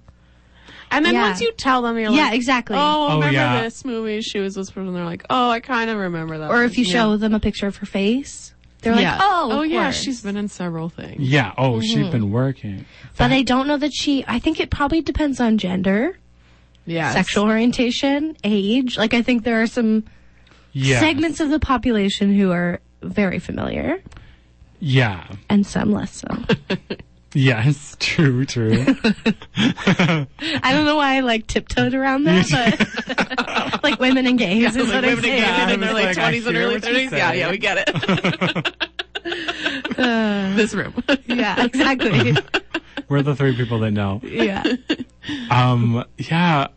[SPEAKER 3] And then
[SPEAKER 4] Yeah.
[SPEAKER 3] once you tell them, you're
[SPEAKER 4] yeah,
[SPEAKER 3] like,
[SPEAKER 4] exactly.
[SPEAKER 3] oh,
[SPEAKER 2] Oh,
[SPEAKER 3] remember
[SPEAKER 2] yeah.
[SPEAKER 3] this movie? She was this person. They're like, oh, I kind of remember that.
[SPEAKER 4] or if you
[SPEAKER 3] person."
[SPEAKER 4] show them a picture of her face, they're
[SPEAKER 3] Yeah.
[SPEAKER 4] like, oh,
[SPEAKER 3] oh
[SPEAKER 4] of
[SPEAKER 3] yeah,
[SPEAKER 4] course.
[SPEAKER 3] she's been in several things.
[SPEAKER 2] Yeah. Oh,
[SPEAKER 3] Mm-hmm.
[SPEAKER 2] she's been working.
[SPEAKER 4] But I don't know that she. I think it probably depends on gender,
[SPEAKER 3] Yeah,
[SPEAKER 4] sexual orientation, age. Like I think there are some
[SPEAKER 2] Yeah.
[SPEAKER 4] segments of the population who are very familiar
[SPEAKER 2] Yeah.
[SPEAKER 4] and some less so.
[SPEAKER 2] Yes. True. True.
[SPEAKER 4] I don't know why I like tiptoed around that, but like women and gays is what I'm
[SPEAKER 3] Women
[SPEAKER 4] saying.
[SPEAKER 2] gays.
[SPEAKER 3] again, and
[SPEAKER 2] I was
[SPEAKER 3] they're like
[SPEAKER 2] like, I
[SPEAKER 3] twenties and
[SPEAKER 2] hear
[SPEAKER 3] early
[SPEAKER 2] what you
[SPEAKER 3] thirties. Yeah,
[SPEAKER 2] say.
[SPEAKER 3] yeah, we get it.
[SPEAKER 4] Uh.
[SPEAKER 3] this room.
[SPEAKER 4] Yeah, exactly.
[SPEAKER 2] We're the three people that know.
[SPEAKER 4] yeah.
[SPEAKER 2] Um. Yeah.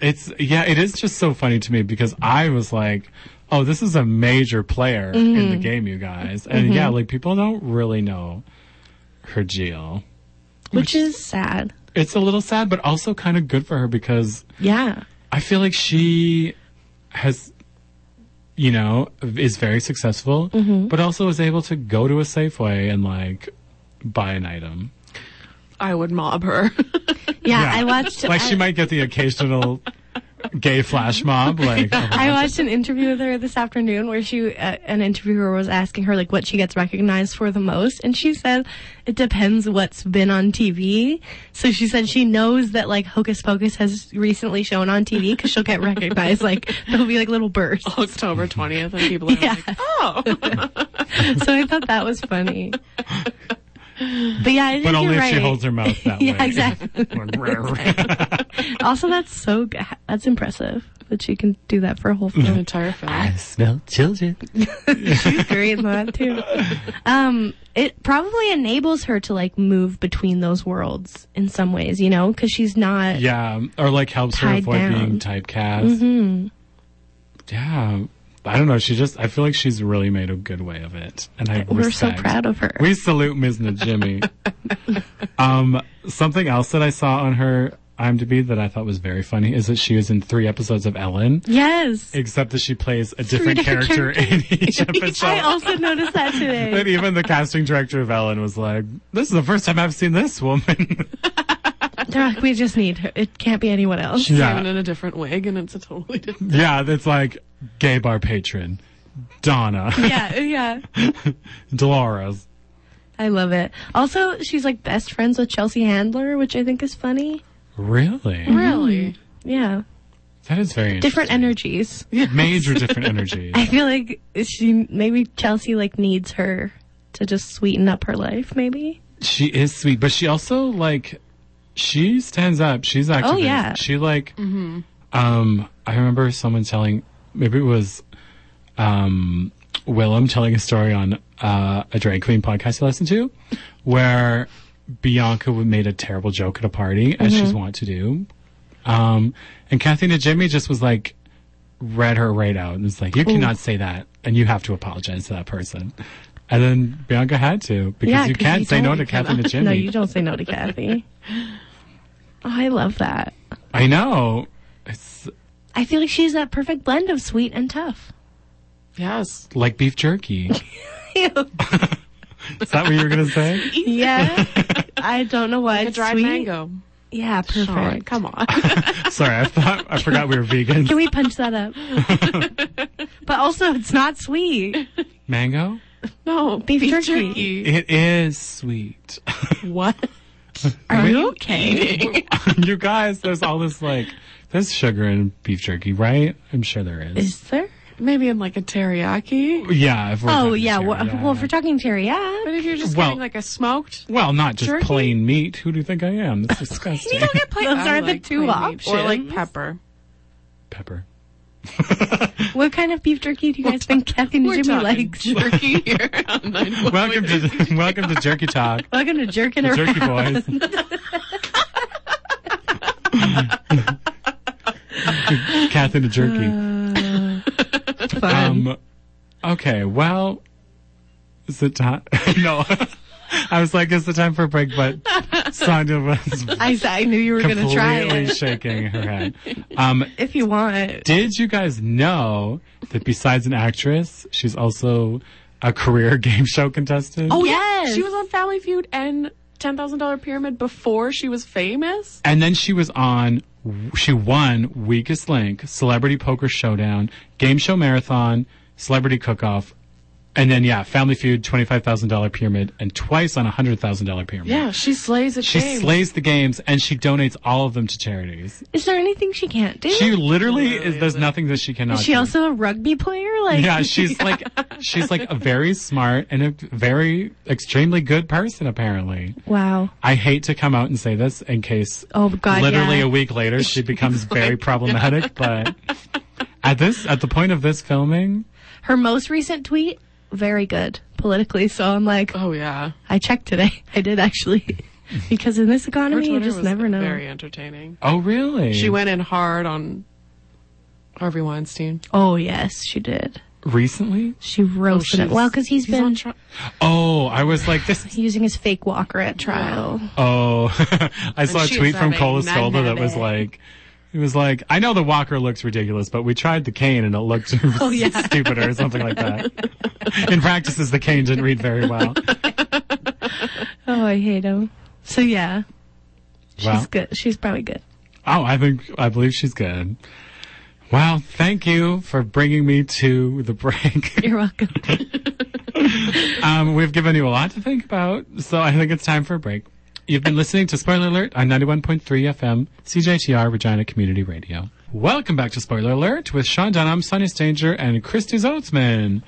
[SPEAKER 2] It's yeah. It is just so funny to me because I was like, oh, this is a major player in the game, you guys, and yeah, like people don't really know her Jill.
[SPEAKER 4] Which is sad.
[SPEAKER 2] it's a little sad, but also kind of good for her because
[SPEAKER 4] Yeah.
[SPEAKER 2] I feel like she has, you know, is very successful, but also is able to go to a Safeway and like buy an item.
[SPEAKER 3] I would mob her.
[SPEAKER 4] Yeah,
[SPEAKER 2] Yeah.
[SPEAKER 4] I watched
[SPEAKER 2] Like she
[SPEAKER 4] I,
[SPEAKER 2] might get the occasional gay flash mob. Like,
[SPEAKER 4] I watched an interview with her this afternoon where she uh, an interviewer was asking her like what she gets recognized for the most and she said it depends what's been on TV. So she said she knows that like Hocus Pocus has recently shown on TV cuz she'll get recognized like there'll be like little bursts.
[SPEAKER 3] October twentieth, and people are
[SPEAKER 4] Yeah.
[SPEAKER 3] like, oh,
[SPEAKER 4] So I thought that was funny. But yeah, I think
[SPEAKER 2] but only
[SPEAKER 4] you're
[SPEAKER 2] if
[SPEAKER 4] right.
[SPEAKER 2] she holds her mouth that
[SPEAKER 4] Yeah,
[SPEAKER 2] way.
[SPEAKER 4] exactly. also, that's so g- that's impressive that she can do that for a whole
[SPEAKER 3] an
[SPEAKER 4] film.
[SPEAKER 3] entire film.
[SPEAKER 2] I smell children.
[SPEAKER 4] She's great in that too. Um, it probably enables her to like move between those worlds in some ways, you know, because she's not.
[SPEAKER 2] Yeah, or like helps her
[SPEAKER 4] Tied
[SPEAKER 2] avoid being
[SPEAKER 4] down. Mm-hmm.
[SPEAKER 2] typecast.
[SPEAKER 4] Mm.
[SPEAKER 2] Yeah, I don't know. She just, I feel like she's really made a good way of it, and I
[SPEAKER 4] We're
[SPEAKER 2] respect.
[SPEAKER 4] so proud of her.
[SPEAKER 2] We salute Ms. Najimy. um, something else that I saw on her IMDb that I thought was very funny is that she was in three episodes of Ellen,
[SPEAKER 4] yes.
[SPEAKER 2] except that she plays a different,
[SPEAKER 4] different
[SPEAKER 2] character in each episode.
[SPEAKER 4] I also noticed that
[SPEAKER 2] and
[SPEAKER 4] today.
[SPEAKER 2] even the casting director of Ellen was like, "This is the first time I've seen this woman."
[SPEAKER 4] They're like, we just need her. It can't be anyone else.
[SPEAKER 3] She's
[SPEAKER 2] Yeah.
[SPEAKER 3] even in a different wig, and it's a totally different.
[SPEAKER 2] Yeah, that's like gay bar patron, Donna,
[SPEAKER 4] yeah, yeah.
[SPEAKER 2] Dolores.
[SPEAKER 4] I love it. Also, she's like best friends with Chelsea Handler, which I think is funny.
[SPEAKER 2] Really?
[SPEAKER 3] Really?
[SPEAKER 4] Yeah.
[SPEAKER 2] That is very
[SPEAKER 4] Different
[SPEAKER 2] interesting.
[SPEAKER 4] energies.
[SPEAKER 2] Major different energies.
[SPEAKER 4] I feel like she maybe Chelsea like needs her to just sweeten up her life, maybe.
[SPEAKER 2] She is sweet, but she also like she stands up. She's activist.
[SPEAKER 4] Oh, yeah. Mm-hmm.
[SPEAKER 2] She like um I remember someone telling maybe it was um Willem telling a story on uh, a drag queen podcast I listened to where Bianca would- made a terrible joke at a party as
[SPEAKER 4] Mm-hmm.
[SPEAKER 2] she's wont to do. Um and Kathy and Jimmy just was like read her right out and was like, You cannot say that and you have to apologize to that person. And then Bianca had to because
[SPEAKER 4] Yeah,
[SPEAKER 2] you
[SPEAKER 4] 'cause
[SPEAKER 2] can't
[SPEAKER 4] you
[SPEAKER 2] say
[SPEAKER 4] don't-
[SPEAKER 2] no
[SPEAKER 4] you
[SPEAKER 2] to Kathy and Jimmy.
[SPEAKER 4] No, you don't say no to Kathy. Oh, I love that.
[SPEAKER 2] I know. It's
[SPEAKER 4] I feel like she's that perfect blend of sweet and tough.
[SPEAKER 3] Yes.
[SPEAKER 2] like beef jerky.
[SPEAKER 4] yeah.
[SPEAKER 2] Is that what you were going to say?
[SPEAKER 4] I don't know why
[SPEAKER 3] A
[SPEAKER 4] it's
[SPEAKER 3] dried
[SPEAKER 4] sweet.
[SPEAKER 3] mango.
[SPEAKER 4] Yeah, perfect.
[SPEAKER 3] Sean, come on.
[SPEAKER 2] Sorry, I thought I forgot we were vegans.
[SPEAKER 4] Can we punch that up? but also, it's not sweet.
[SPEAKER 2] Mango?
[SPEAKER 3] no,
[SPEAKER 4] Beef jerky.
[SPEAKER 2] It is sweet.
[SPEAKER 3] What?
[SPEAKER 4] Are you okay?
[SPEAKER 2] you guys, there's all this like there's sugar in beef jerky, right? I'm sure there is.
[SPEAKER 4] Is there?
[SPEAKER 3] Maybe in like a teriyaki.
[SPEAKER 2] Yeah. If we're
[SPEAKER 4] Oh
[SPEAKER 2] talking
[SPEAKER 4] yeah.
[SPEAKER 2] cherry,
[SPEAKER 4] Well, well, if we're talking teriyaki,
[SPEAKER 3] But if you're just
[SPEAKER 2] Well-
[SPEAKER 3] getting like a smoked,
[SPEAKER 2] Well, not just
[SPEAKER 3] Jerky?
[SPEAKER 2] plain meat. Who do you think I am? That's disgusting.
[SPEAKER 4] you don't get plain. Those
[SPEAKER 3] I
[SPEAKER 4] are the
[SPEAKER 3] like
[SPEAKER 4] two
[SPEAKER 3] plain meat.
[SPEAKER 4] options.
[SPEAKER 3] Or like pepper.
[SPEAKER 2] Pepper.
[SPEAKER 4] what kind of beef jerky do you guys think Kathy and
[SPEAKER 3] We're
[SPEAKER 4] Jimmy
[SPEAKER 3] talking
[SPEAKER 4] likes?
[SPEAKER 3] jerky here. on 911.
[SPEAKER 2] Welcome to welcome to Jerky Talk.
[SPEAKER 4] Welcome to jerking around.
[SPEAKER 2] Jerky Boys. Catherine the Jerky.
[SPEAKER 4] Uh,
[SPEAKER 2] Um, okay, well, is it time? no. I was like, it's the time for a break, but Sonia was
[SPEAKER 4] I, s- I knew you were going to try
[SPEAKER 2] completely
[SPEAKER 4] it.
[SPEAKER 2] shaking her head. Um,
[SPEAKER 4] If you want,
[SPEAKER 2] did you guys know that besides an actress, she's also a career game show contestant?
[SPEAKER 3] Oh
[SPEAKER 4] Yes.
[SPEAKER 3] yeah, she was on Family Feud and Ten Thousand Dollar Pyramid before she was famous.
[SPEAKER 2] And then she was on, she won Weakest Link, Celebrity Poker Showdown, Game Show Marathon, Celebrity Cook Off, and then, yeah, Family Feud, $25,000 pyramid, and twice on a $100,000 pyramid.
[SPEAKER 3] Yeah, she slays at
[SPEAKER 2] She
[SPEAKER 3] games.
[SPEAKER 2] slays the games and she donates all of them to charities.
[SPEAKER 4] is there anything she can't do?
[SPEAKER 2] She literally is, there's nothing that she cannot
[SPEAKER 4] is she
[SPEAKER 2] do.
[SPEAKER 4] also a rugby player? Like,
[SPEAKER 2] yeah, she's like, she's like a very smart and a very extremely good person, apparently.
[SPEAKER 4] wow.
[SPEAKER 2] I hate to come out and say this in case
[SPEAKER 4] Oh, God,
[SPEAKER 2] literally
[SPEAKER 4] yeah.
[SPEAKER 2] a week later she becomes very problematic, but at this at the point of this filming,
[SPEAKER 4] Her most recent tweet, very good politically. So I'm like,
[SPEAKER 3] Oh yeah,
[SPEAKER 4] I checked today. I did actually, because in this
[SPEAKER 3] her
[SPEAKER 4] economy, you
[SPEAKER 3] Twitter
[SPEAKER 4] just
[SPEAKER 3] was
[SPEAKER 4] never know.
[SPEAKER 3] Very entertaining.
[SPEAKER 2] oh really?
[SPEAKER 3] She went in hard on Harvey Weinstein.
[SPEAKER 4] Oh yes, she did.
[SPEAKER 2] recently?
[SPEAKER 4] She roasted it.
[SPEAKER 3] Oh, she's-
[SPEAKER 4] Well, because
[SPEAKER 3] He's
[SPEAKER 4] been
[SPEAKER 3] on tri-
[SPEAKER 2] Oh, I was like this is-
[SPEAKER 4] using his fake walker at trial.
[SPEAKER 2] oh I saw a
[SPEAKER 3] she
[SPEAKER 2] tweet
[SPEAKER 3] was
[SPEAKER 2] from
[SPEAKER 3] having
[SPEAKER 2] Cola
[SPEAKER 3] none
[SPEAKER 2] Stolba
[SPEAKER 3] of
[SPEAKER 2] that was
[SPEAKER 3] it.
[SPEAKER 2] like it was like, I know the walker looks ridiculous, but we tried the cane and it looked
[SPEAKER 4] Oh,
[SPEAKER 2] stupid or something like that. In practices, the cane didn't read very well.
[SPEAKER 4] Oh, I hate him. So yeah, she's
[SPEAKER 2] Wow.
[SPEAKER 4] good. She's probably good.
[SPEAKER 2] Oh, I think I believe she's good. Wow, thank you for bringing me to the break.
[SPEAKER 4] You're welcome.
[SPEAKER 2] Um, we've given you a lot to think about, so I think it's time for a break. You've been listening to Spoiler Alert on 91.3 FM, CJTR Regina Community Radio. Welcome back to Spoiler Alert with Sean Dunham, Sonia Stanger, and Christy Zoltzman.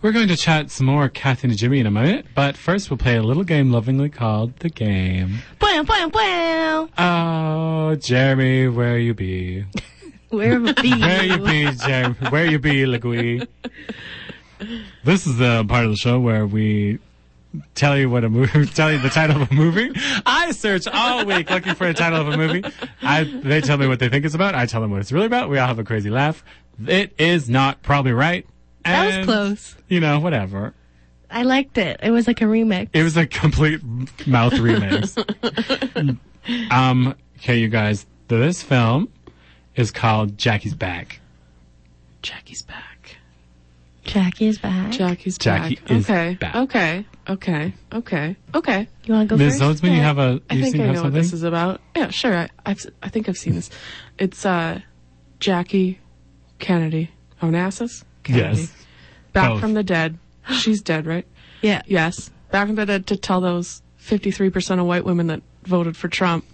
[SPEAKER 2] We're going to chat some more Kathy and Jimmy in a minute, but first we'll play a little game lovingly called The Game.
[SPEAKER 4] Blam, blam, blam.
[SPEAKER 2] Oh, Jeremy, where you be?
[SPEAKER 4] Where be
[SPEAKER 2] Where you be, Jeremy? Where you be, Legui? This is the part of the show where we tell you what a movie, tell you the title of a movie. I search all week looking for a title of a movie. I, they tell me what they think it's about. I tell them what it's really about. We all have a crazy laugh. It is not probably right.
[SPEAKER 4] That was
[SPEAKER 2] And,
[SPEAKER 4] close.
[SPEAKER 2] You know, whatever.
[SPEAKER 4] I liked it. It was like a remix.
[SPEAKER 2] It was a complete mouth remix. um, okay, you guys, this film is called Jackie's Back.
[SPEAKER 3] Jackie's back.
[SPEAKER 4] Jackie's back.
[SPEAKER 3] Jackie's
[SPEAKER 2] Jackie
[SPEAKER 3] back.
[SPEAKER 2] is
[SPEAKER 3] okay.
[SPEAKER 2] back.
[SPEAKER 3] Okay. Okay. Okay. Okay.
[SPEAKER 4] you want to go
[SPEAKER 2] Ms.
[SPEAKER 4] first?
[SPEAKER 2] Zonesman, you have a.
[SPEAKER 3] I
[SPEAKER 2] You
[SPEAKER 3] think
[SPEAKER 2] seem to
[SPEAKER 3] I know
[SPEAKER 2] have
[SPEAKER 3] what
[SPEAKER 2] something.
[SPEAKER 3] this is about. Yeah, sure. I, I've, s- I think I've seen this. It's uh, Jackie Kennedy Onassis. Kennedy.
[SPEAKER 2] yes.
[SPEAKER 3] Back
[SPEAKER 2] both.
[SPEAKER 3] from the dead. She's dead, right?
[SPEAKER 4] Yeah.
[SPEAKER 3] Yes. Back from the dead to tell those 53% of white women that voted for Trump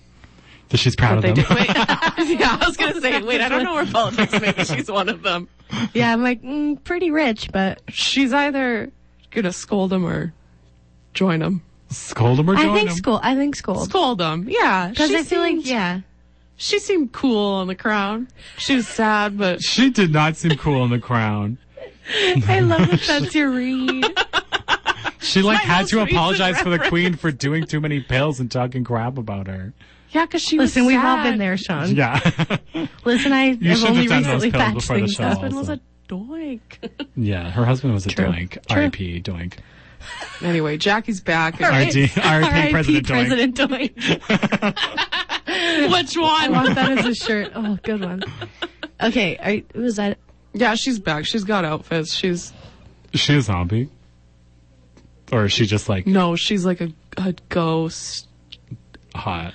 [SPEAKER 2] That she's proud
[SPEAKER 3] that
[SPEAKER 2] of
[SPEAKER 3] they
[SPEAKER 2] them.
[SPEAKER 3] did. Wait. yeah, I was going to say, wait, I don't know where politics. Maybe she's one of them.
[SPEAKER 4] Yeah, I'm like, mm, pretty rich, but
[SPEAKER 3] She's either going to scold them or join them.
[SPEAKER 2] Scold them or join
[SPEAKER 4] I think
[SPEAKER 2] them.
[SPEAKER 4] school. I think school.
[SPEAKER 3] Scold them. Yeah.
[SPEAKER 4] Because
[SPEAKER 3] she
[SPEAKER 4] I feel
[SPEAKER 3] seemed-
[SPEAKER 4] like, yeah.
[SPEAKER 3] She seemed cool on the crown. She was sad, but
[SPEAKER 2] She did not seem cool in the crown.
[SPEAKER 4] I love that that's your read.
[SPEAKER 2] She like had
[SPEAKER 3] most
[SPEAKER 2] to
[SPEAKER 3] recent
[SPEAKER 2] apologize for the
[SPEAKER 3] reference.
[SPEAKER 2] queen for doing too many pills and talking crap about her.
[SPEAKER 3] yeah, because she was.
[SPEAKER 4] Listen, we've all
[SPEAKER 3] sad.
[SPEAKER 4] been there, Sean.
[SPEAKER 2] Yeah.
[SPEAKER 4] Listen, I have
[SPEAKER 2] should've
[SPEAKER 4] only
[SPEAKER 2] done those
[SPEAKER 4] recently
[SPEAKER 2] pills
[SPEAKER 4] patched
[SPEAKER 2] before the
[SPEAKER 4] things
[SPEAKER 2] show.
[SPEAKER 4] up.
[SPEAKER 3] Husband was
[SPEAKER 2] Also.
[SPEAKER 3] a doink.
[SPEAKER 2] yeah. Her husband was a
[SPEAKER 4] True.
[SPEAKER 2] doink.
[SPEAKER 4] True.
[SPEAKER 2] R.I.P. Doink.
[SPEAKER 3] anyway, Jackie's back.
[SPEAKER 2] R.D. R.I.P. President Doink.
[SPEAKER 4] President Doink.
[SPEAKER 3] Which
[SPEAKER 4] I
[SPEAKER 3] one?
[SPEAKER 4] want that as a shirt. Oh, good one. Okay, are, you- was that?
[SPEAKER 3] Yeah, she's back. She's got outfits. She's
[SPEAKER 2] Is she a zombie? Or is she just like
[SPEAKER 3] no, she's like a, a ghost.
[SPEAKER 2] hot?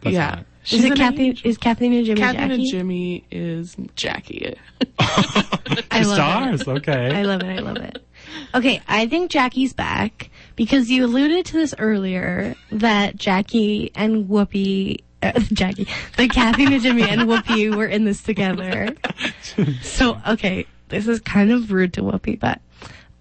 [SPEAKER 2] That's
[SPEAKER 3] yeah,
[SPEAKER 2] hot.
[SPEAKER 3] she's
[SPEAKER 4] is it
[SPEAKER 3] an
[SPEAKER 4] Kathy?
[SPEAKER 3] angel.
[SPEAKER 4] Is Kathleen and Jimmy
[SPEAKER 3] Kathleen
[SPEAKER 4] Jackie?
[SPEAKER 3] and Jimmy is Jackie.
[SPEAKER 4] I love
[SPEAKER 2] Stars.
[SPEAKER 4] It.
[SPEAKER 2] Okay.
[SPEAKER 4] I love it. I love it. Okay, I think Jackie's back because you alluded to this earlier that Jackie and Whoopi, uh, Jackie, that Kathy and Jimmy and Whoopi were in this together. So, okay, this is kind of rude to Whoopi, but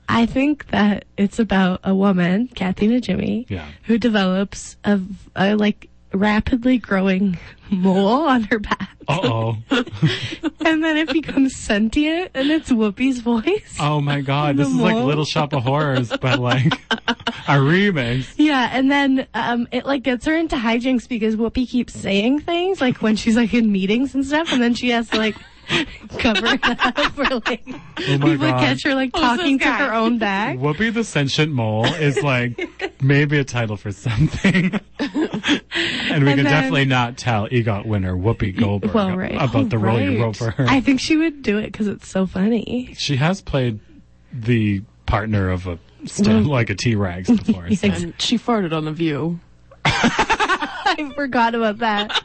[SPEAKER 4] I think that it's about a woman, Kathy and Jimmy,
[SPEAKER 2] Yeah.
[SPEAKER 4] who develops a, a like rapidly growing mole on her back,
[SPEAKER 2] Uh oh.
[SPEAKER 4] and then it becomes sentient, and it's Whoopi's voice.
[SPEAKER 2] Oh my god. This is like
[SPEAKER 4] mole.
[SPEAKER 2] Little Shop of Horrors, but like a remix.
[SPEAKER 4] Yeah, and then um, it like gets her into hijinks because Whoopi keeps saying things like when she's like in meetings and stuff, and then she has to like cover it up or like
[SPEAKER 2] Oh my
[SPEAKER 4] people
[SPEAKER 2] god.
[SPEAKER 4] catch her like talking to
[SPEAKER 3] guy?
[SPEAKER 4] her own back.
[SPEAKER 2] Whoopi the sentient mole is like maybe a title for something, and we
[SPEAKER 4] And
[SPEAKER 2] can
[SPEAKER 4] then-
[SPEAKER 2] definitely not tell EGOT winner Whoopi Goldberg
[SPEAKER 4] Well, right.
[SPEAKER 2] about the role you
[SPEAKER 3] Right.
[SPEAKER 2] wrote for her.
[SPEAKER 4] I think she would do it because it's so funny.
[SPEAKER 2] she has played the partner of a stem, like a T Rex before. so-
[SPEAKER 3] And she farted on the View.
[SPEAKER 4] I forgot about that.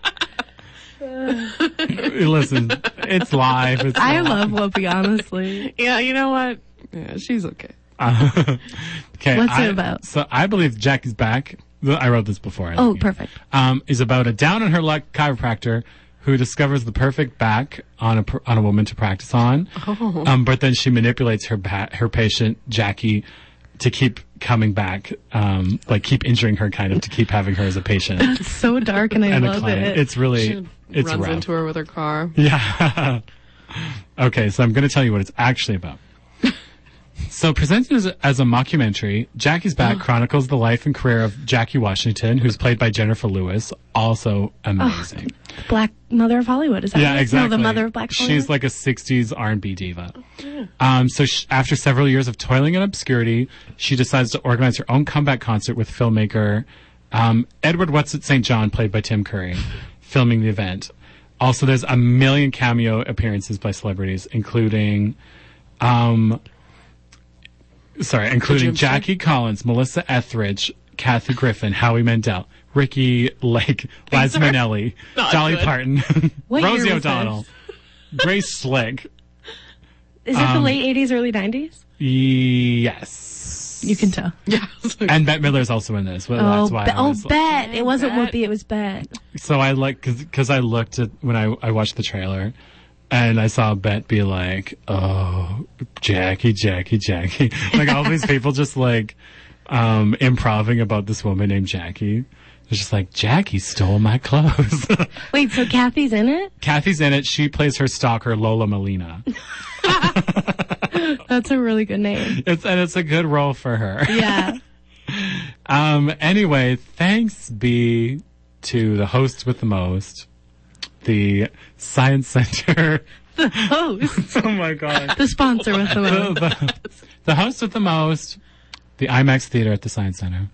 [SPEAKER 2] Listen, it's live. It's
[SPEAKER 4] I
[SPEAKER 2] live.
[SPEAKER 4] love Whoopi, honestly.
[SPEAKER 3] Yeah, you know what? Yeah, she's okay.
[SPEAKER 2] okay,
[SPEAKER 4] What's it
[SPEAKER 2] I-
[SPEAKER 4] about?
[SPEAKER 2] So I believe Jackie's back. I wrote this before. I
[SPEAKER 4] Oh,
[SPEAKER 2] think.
[SPEAKER 4] perfect.
[SPEAKER 2] um, is about a down on her luck chiropractor who discovers the perfect back on a pr- on a woman to practice on. Um, but then she manipulates her ba- her patient Jackie to keep coming back, um, like keep injuring her, kind of to keep having her as a patient
[SPEAKER 4] It's so dark and I
[SPEAKER 2] and a
[SPEAKER 4] love
[SPEAKER 2] client.
[SPEAKER 4] it.
[SPEAKER 2] It's really
[SPEAKER 3] She
[SPEAKER 2] it's
[SPEAKER 3] runs
[SPEAKER 2] rough.
[SPEAKER 3] into her with her car.
[SPEAKER 2] Yeah. okay, so I'm going to tell you what it's actually about. so, presented as a, as a mockumentary, Jackie's Back chronicles the life and career of Jackie Washington, who's played by Jennifer Lewis, also amazing.
[SPEAKER 4] black mother of Hollywood, is that
[SPEAKER 2] yeah,
[SPEAKER 4] right?
[SPEAKER 2] exactly.
[SPEAKER 4] No, the mother of black Hmm. Hollywood.
[SPEAKER 2] She's like a '60s R&B diva. Um, so, sh- after several years of toiling in obscurity, she decides to organize her own comeback concert with filmmaker um, Edward What's at St. John, played by Tim Curry, filming the event. Also, there's a million cameo appearances by celebrities, including, um, sorry, including
[SPEAKER 3] Jim Shea?
[SPEAKER 2] Jackie Collins, Melissa Etheridge, Kathy Griffin, Howie Mandel, Ricky Lake, Liz
[SPEAKER 3] are
[SPEAKER 2] Minnelli,
[SPEAKER 3] not
[SPEAKER 2] Dolly
[SPEAKER 3] good.
[SPEAKER 2] Parton,
[SPEAKER 4] What year
[SPEAKER 2] Rosie
[SPEAKER 4] was
[SPEAKER 2] O'Donnell, Grace Slick.
[SPEAKER 4] is it
[SPEAKER 2] um,
[SPEAKER 4] the late 80s, early 90s?
[SPEAKER 2] Yes.
[SPEAKER 4] You can tell.
[SPEAKER 3] Yeah. I was like,
[SPEAKER 2] And Bette Midler's also in this. Well,
[SPEAKER 4] Oh,
[SPEAKER 2] that's why.
[SPEAKER 4] Be-
[SPEAKER 2] I
[SPEAKER 4] oh,
[SPEAKER 2] was-
[SPEAKER 4] Bet. It wasn't
[SPEAKER 3] Bet.
[SPEAKER 4] Whoopi, it was Bet.
[SPEAKER 2] So I like because I looked at when I I watched the trailer, and I saw Bet be like, "Oh, Jackie, Jackie, Jackie," like all these people just like um improving about this woman named Jackie. It's just like Jackie stole my clothes.
[SPEAKER 4] Wait, so Kathy's in it?
[SPEAKER 2] Kathy's in it. She plays her stalker Lola Molina.
[SPEAKER 4] That's a really good name.
[SPEAKER 2] It's and it's a good role for her.
[SPEAKER 4] Yeah.
[SPEAKER 2] Um, anyway, thanks be to the host with the most, the Science Center.
[SPEAKER 4] Host.
[SPEAKER 2] oh my God.
[SPEAKER 4] The sponsor with the
[SPEAKER 2] the,
[SPEAKER 4] most.
[SPEAKER 2] the, the host with the most, the IMAX Theater at the Science Center.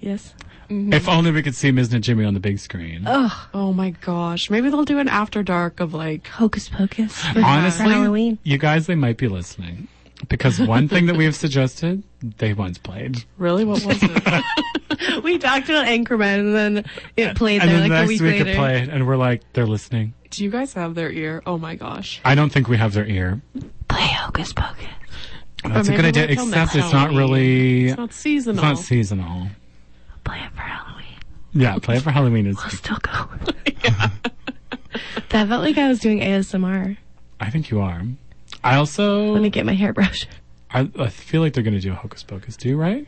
[SPEAKER 4] Yes.
[SPEAKER 2] If only we could see Ms. Najimy on the big screen.
[SPEAKER 3] oh my gosh. Maybe they'll do an after dark of like
[SPEAKER 4] Hocus Pocus.
[SPEAKER 2] Honestly,
[SPEAKER 4] For Halloween.
[SPEAKER 2] you guys, they might be listening. because one thing that we have suggested, they once played.
[SPEAKER 3] Really? What was it?
[SPEAKER 4] We talked about Anchorman, and then it played
[SPEAKER 2] and
[SPEAKER 4] there
[SPEAKER 2] then
[SPEAKER 4] like a
[SPEAKER 2] next
[SPEAKER 4] week,
[SPEAKER 2] week
[SPEAKER 4] later.
[SPEAKER 2] it played, and we're like, they're listening.
[SPEAKER 3] Do you guys have their ear? Oh my gosh.
[SPEAKER 2] I don't think we have their ear.
[SPEAKER 4] Play Hocus Pocus.
[SPEAKER 2] That's a
[SPEAKER 3] maybe
[SPEAKER 2] good idea,
[SPEAKER 3] we'll film
[SPEAKER 2] except
[SPEAKER 3] next
[SPEAKER 2] it's not
[SPEAKER 3] Halloween.
[SPEAKER 2] really.
[SPEAKER 3] It's not seasonal.
[SPEAKER 2] It's not seasonal.
[SPEAKER 4] Play it for Halloween.
[SPEAKER 2] Yeah, play it for Halloween is.
[SPEAKER 4] Still go. that felt like I was doing ASMR.
[SPEAKER 2] I think you are. I
[SPEAKER 4] Let me
[SPEAKER 2] also.
[SPEAKER 4] get my hairbrush.
[SPEAKER 2] I, I feel like they're going to do a Hocus Pocus too, right?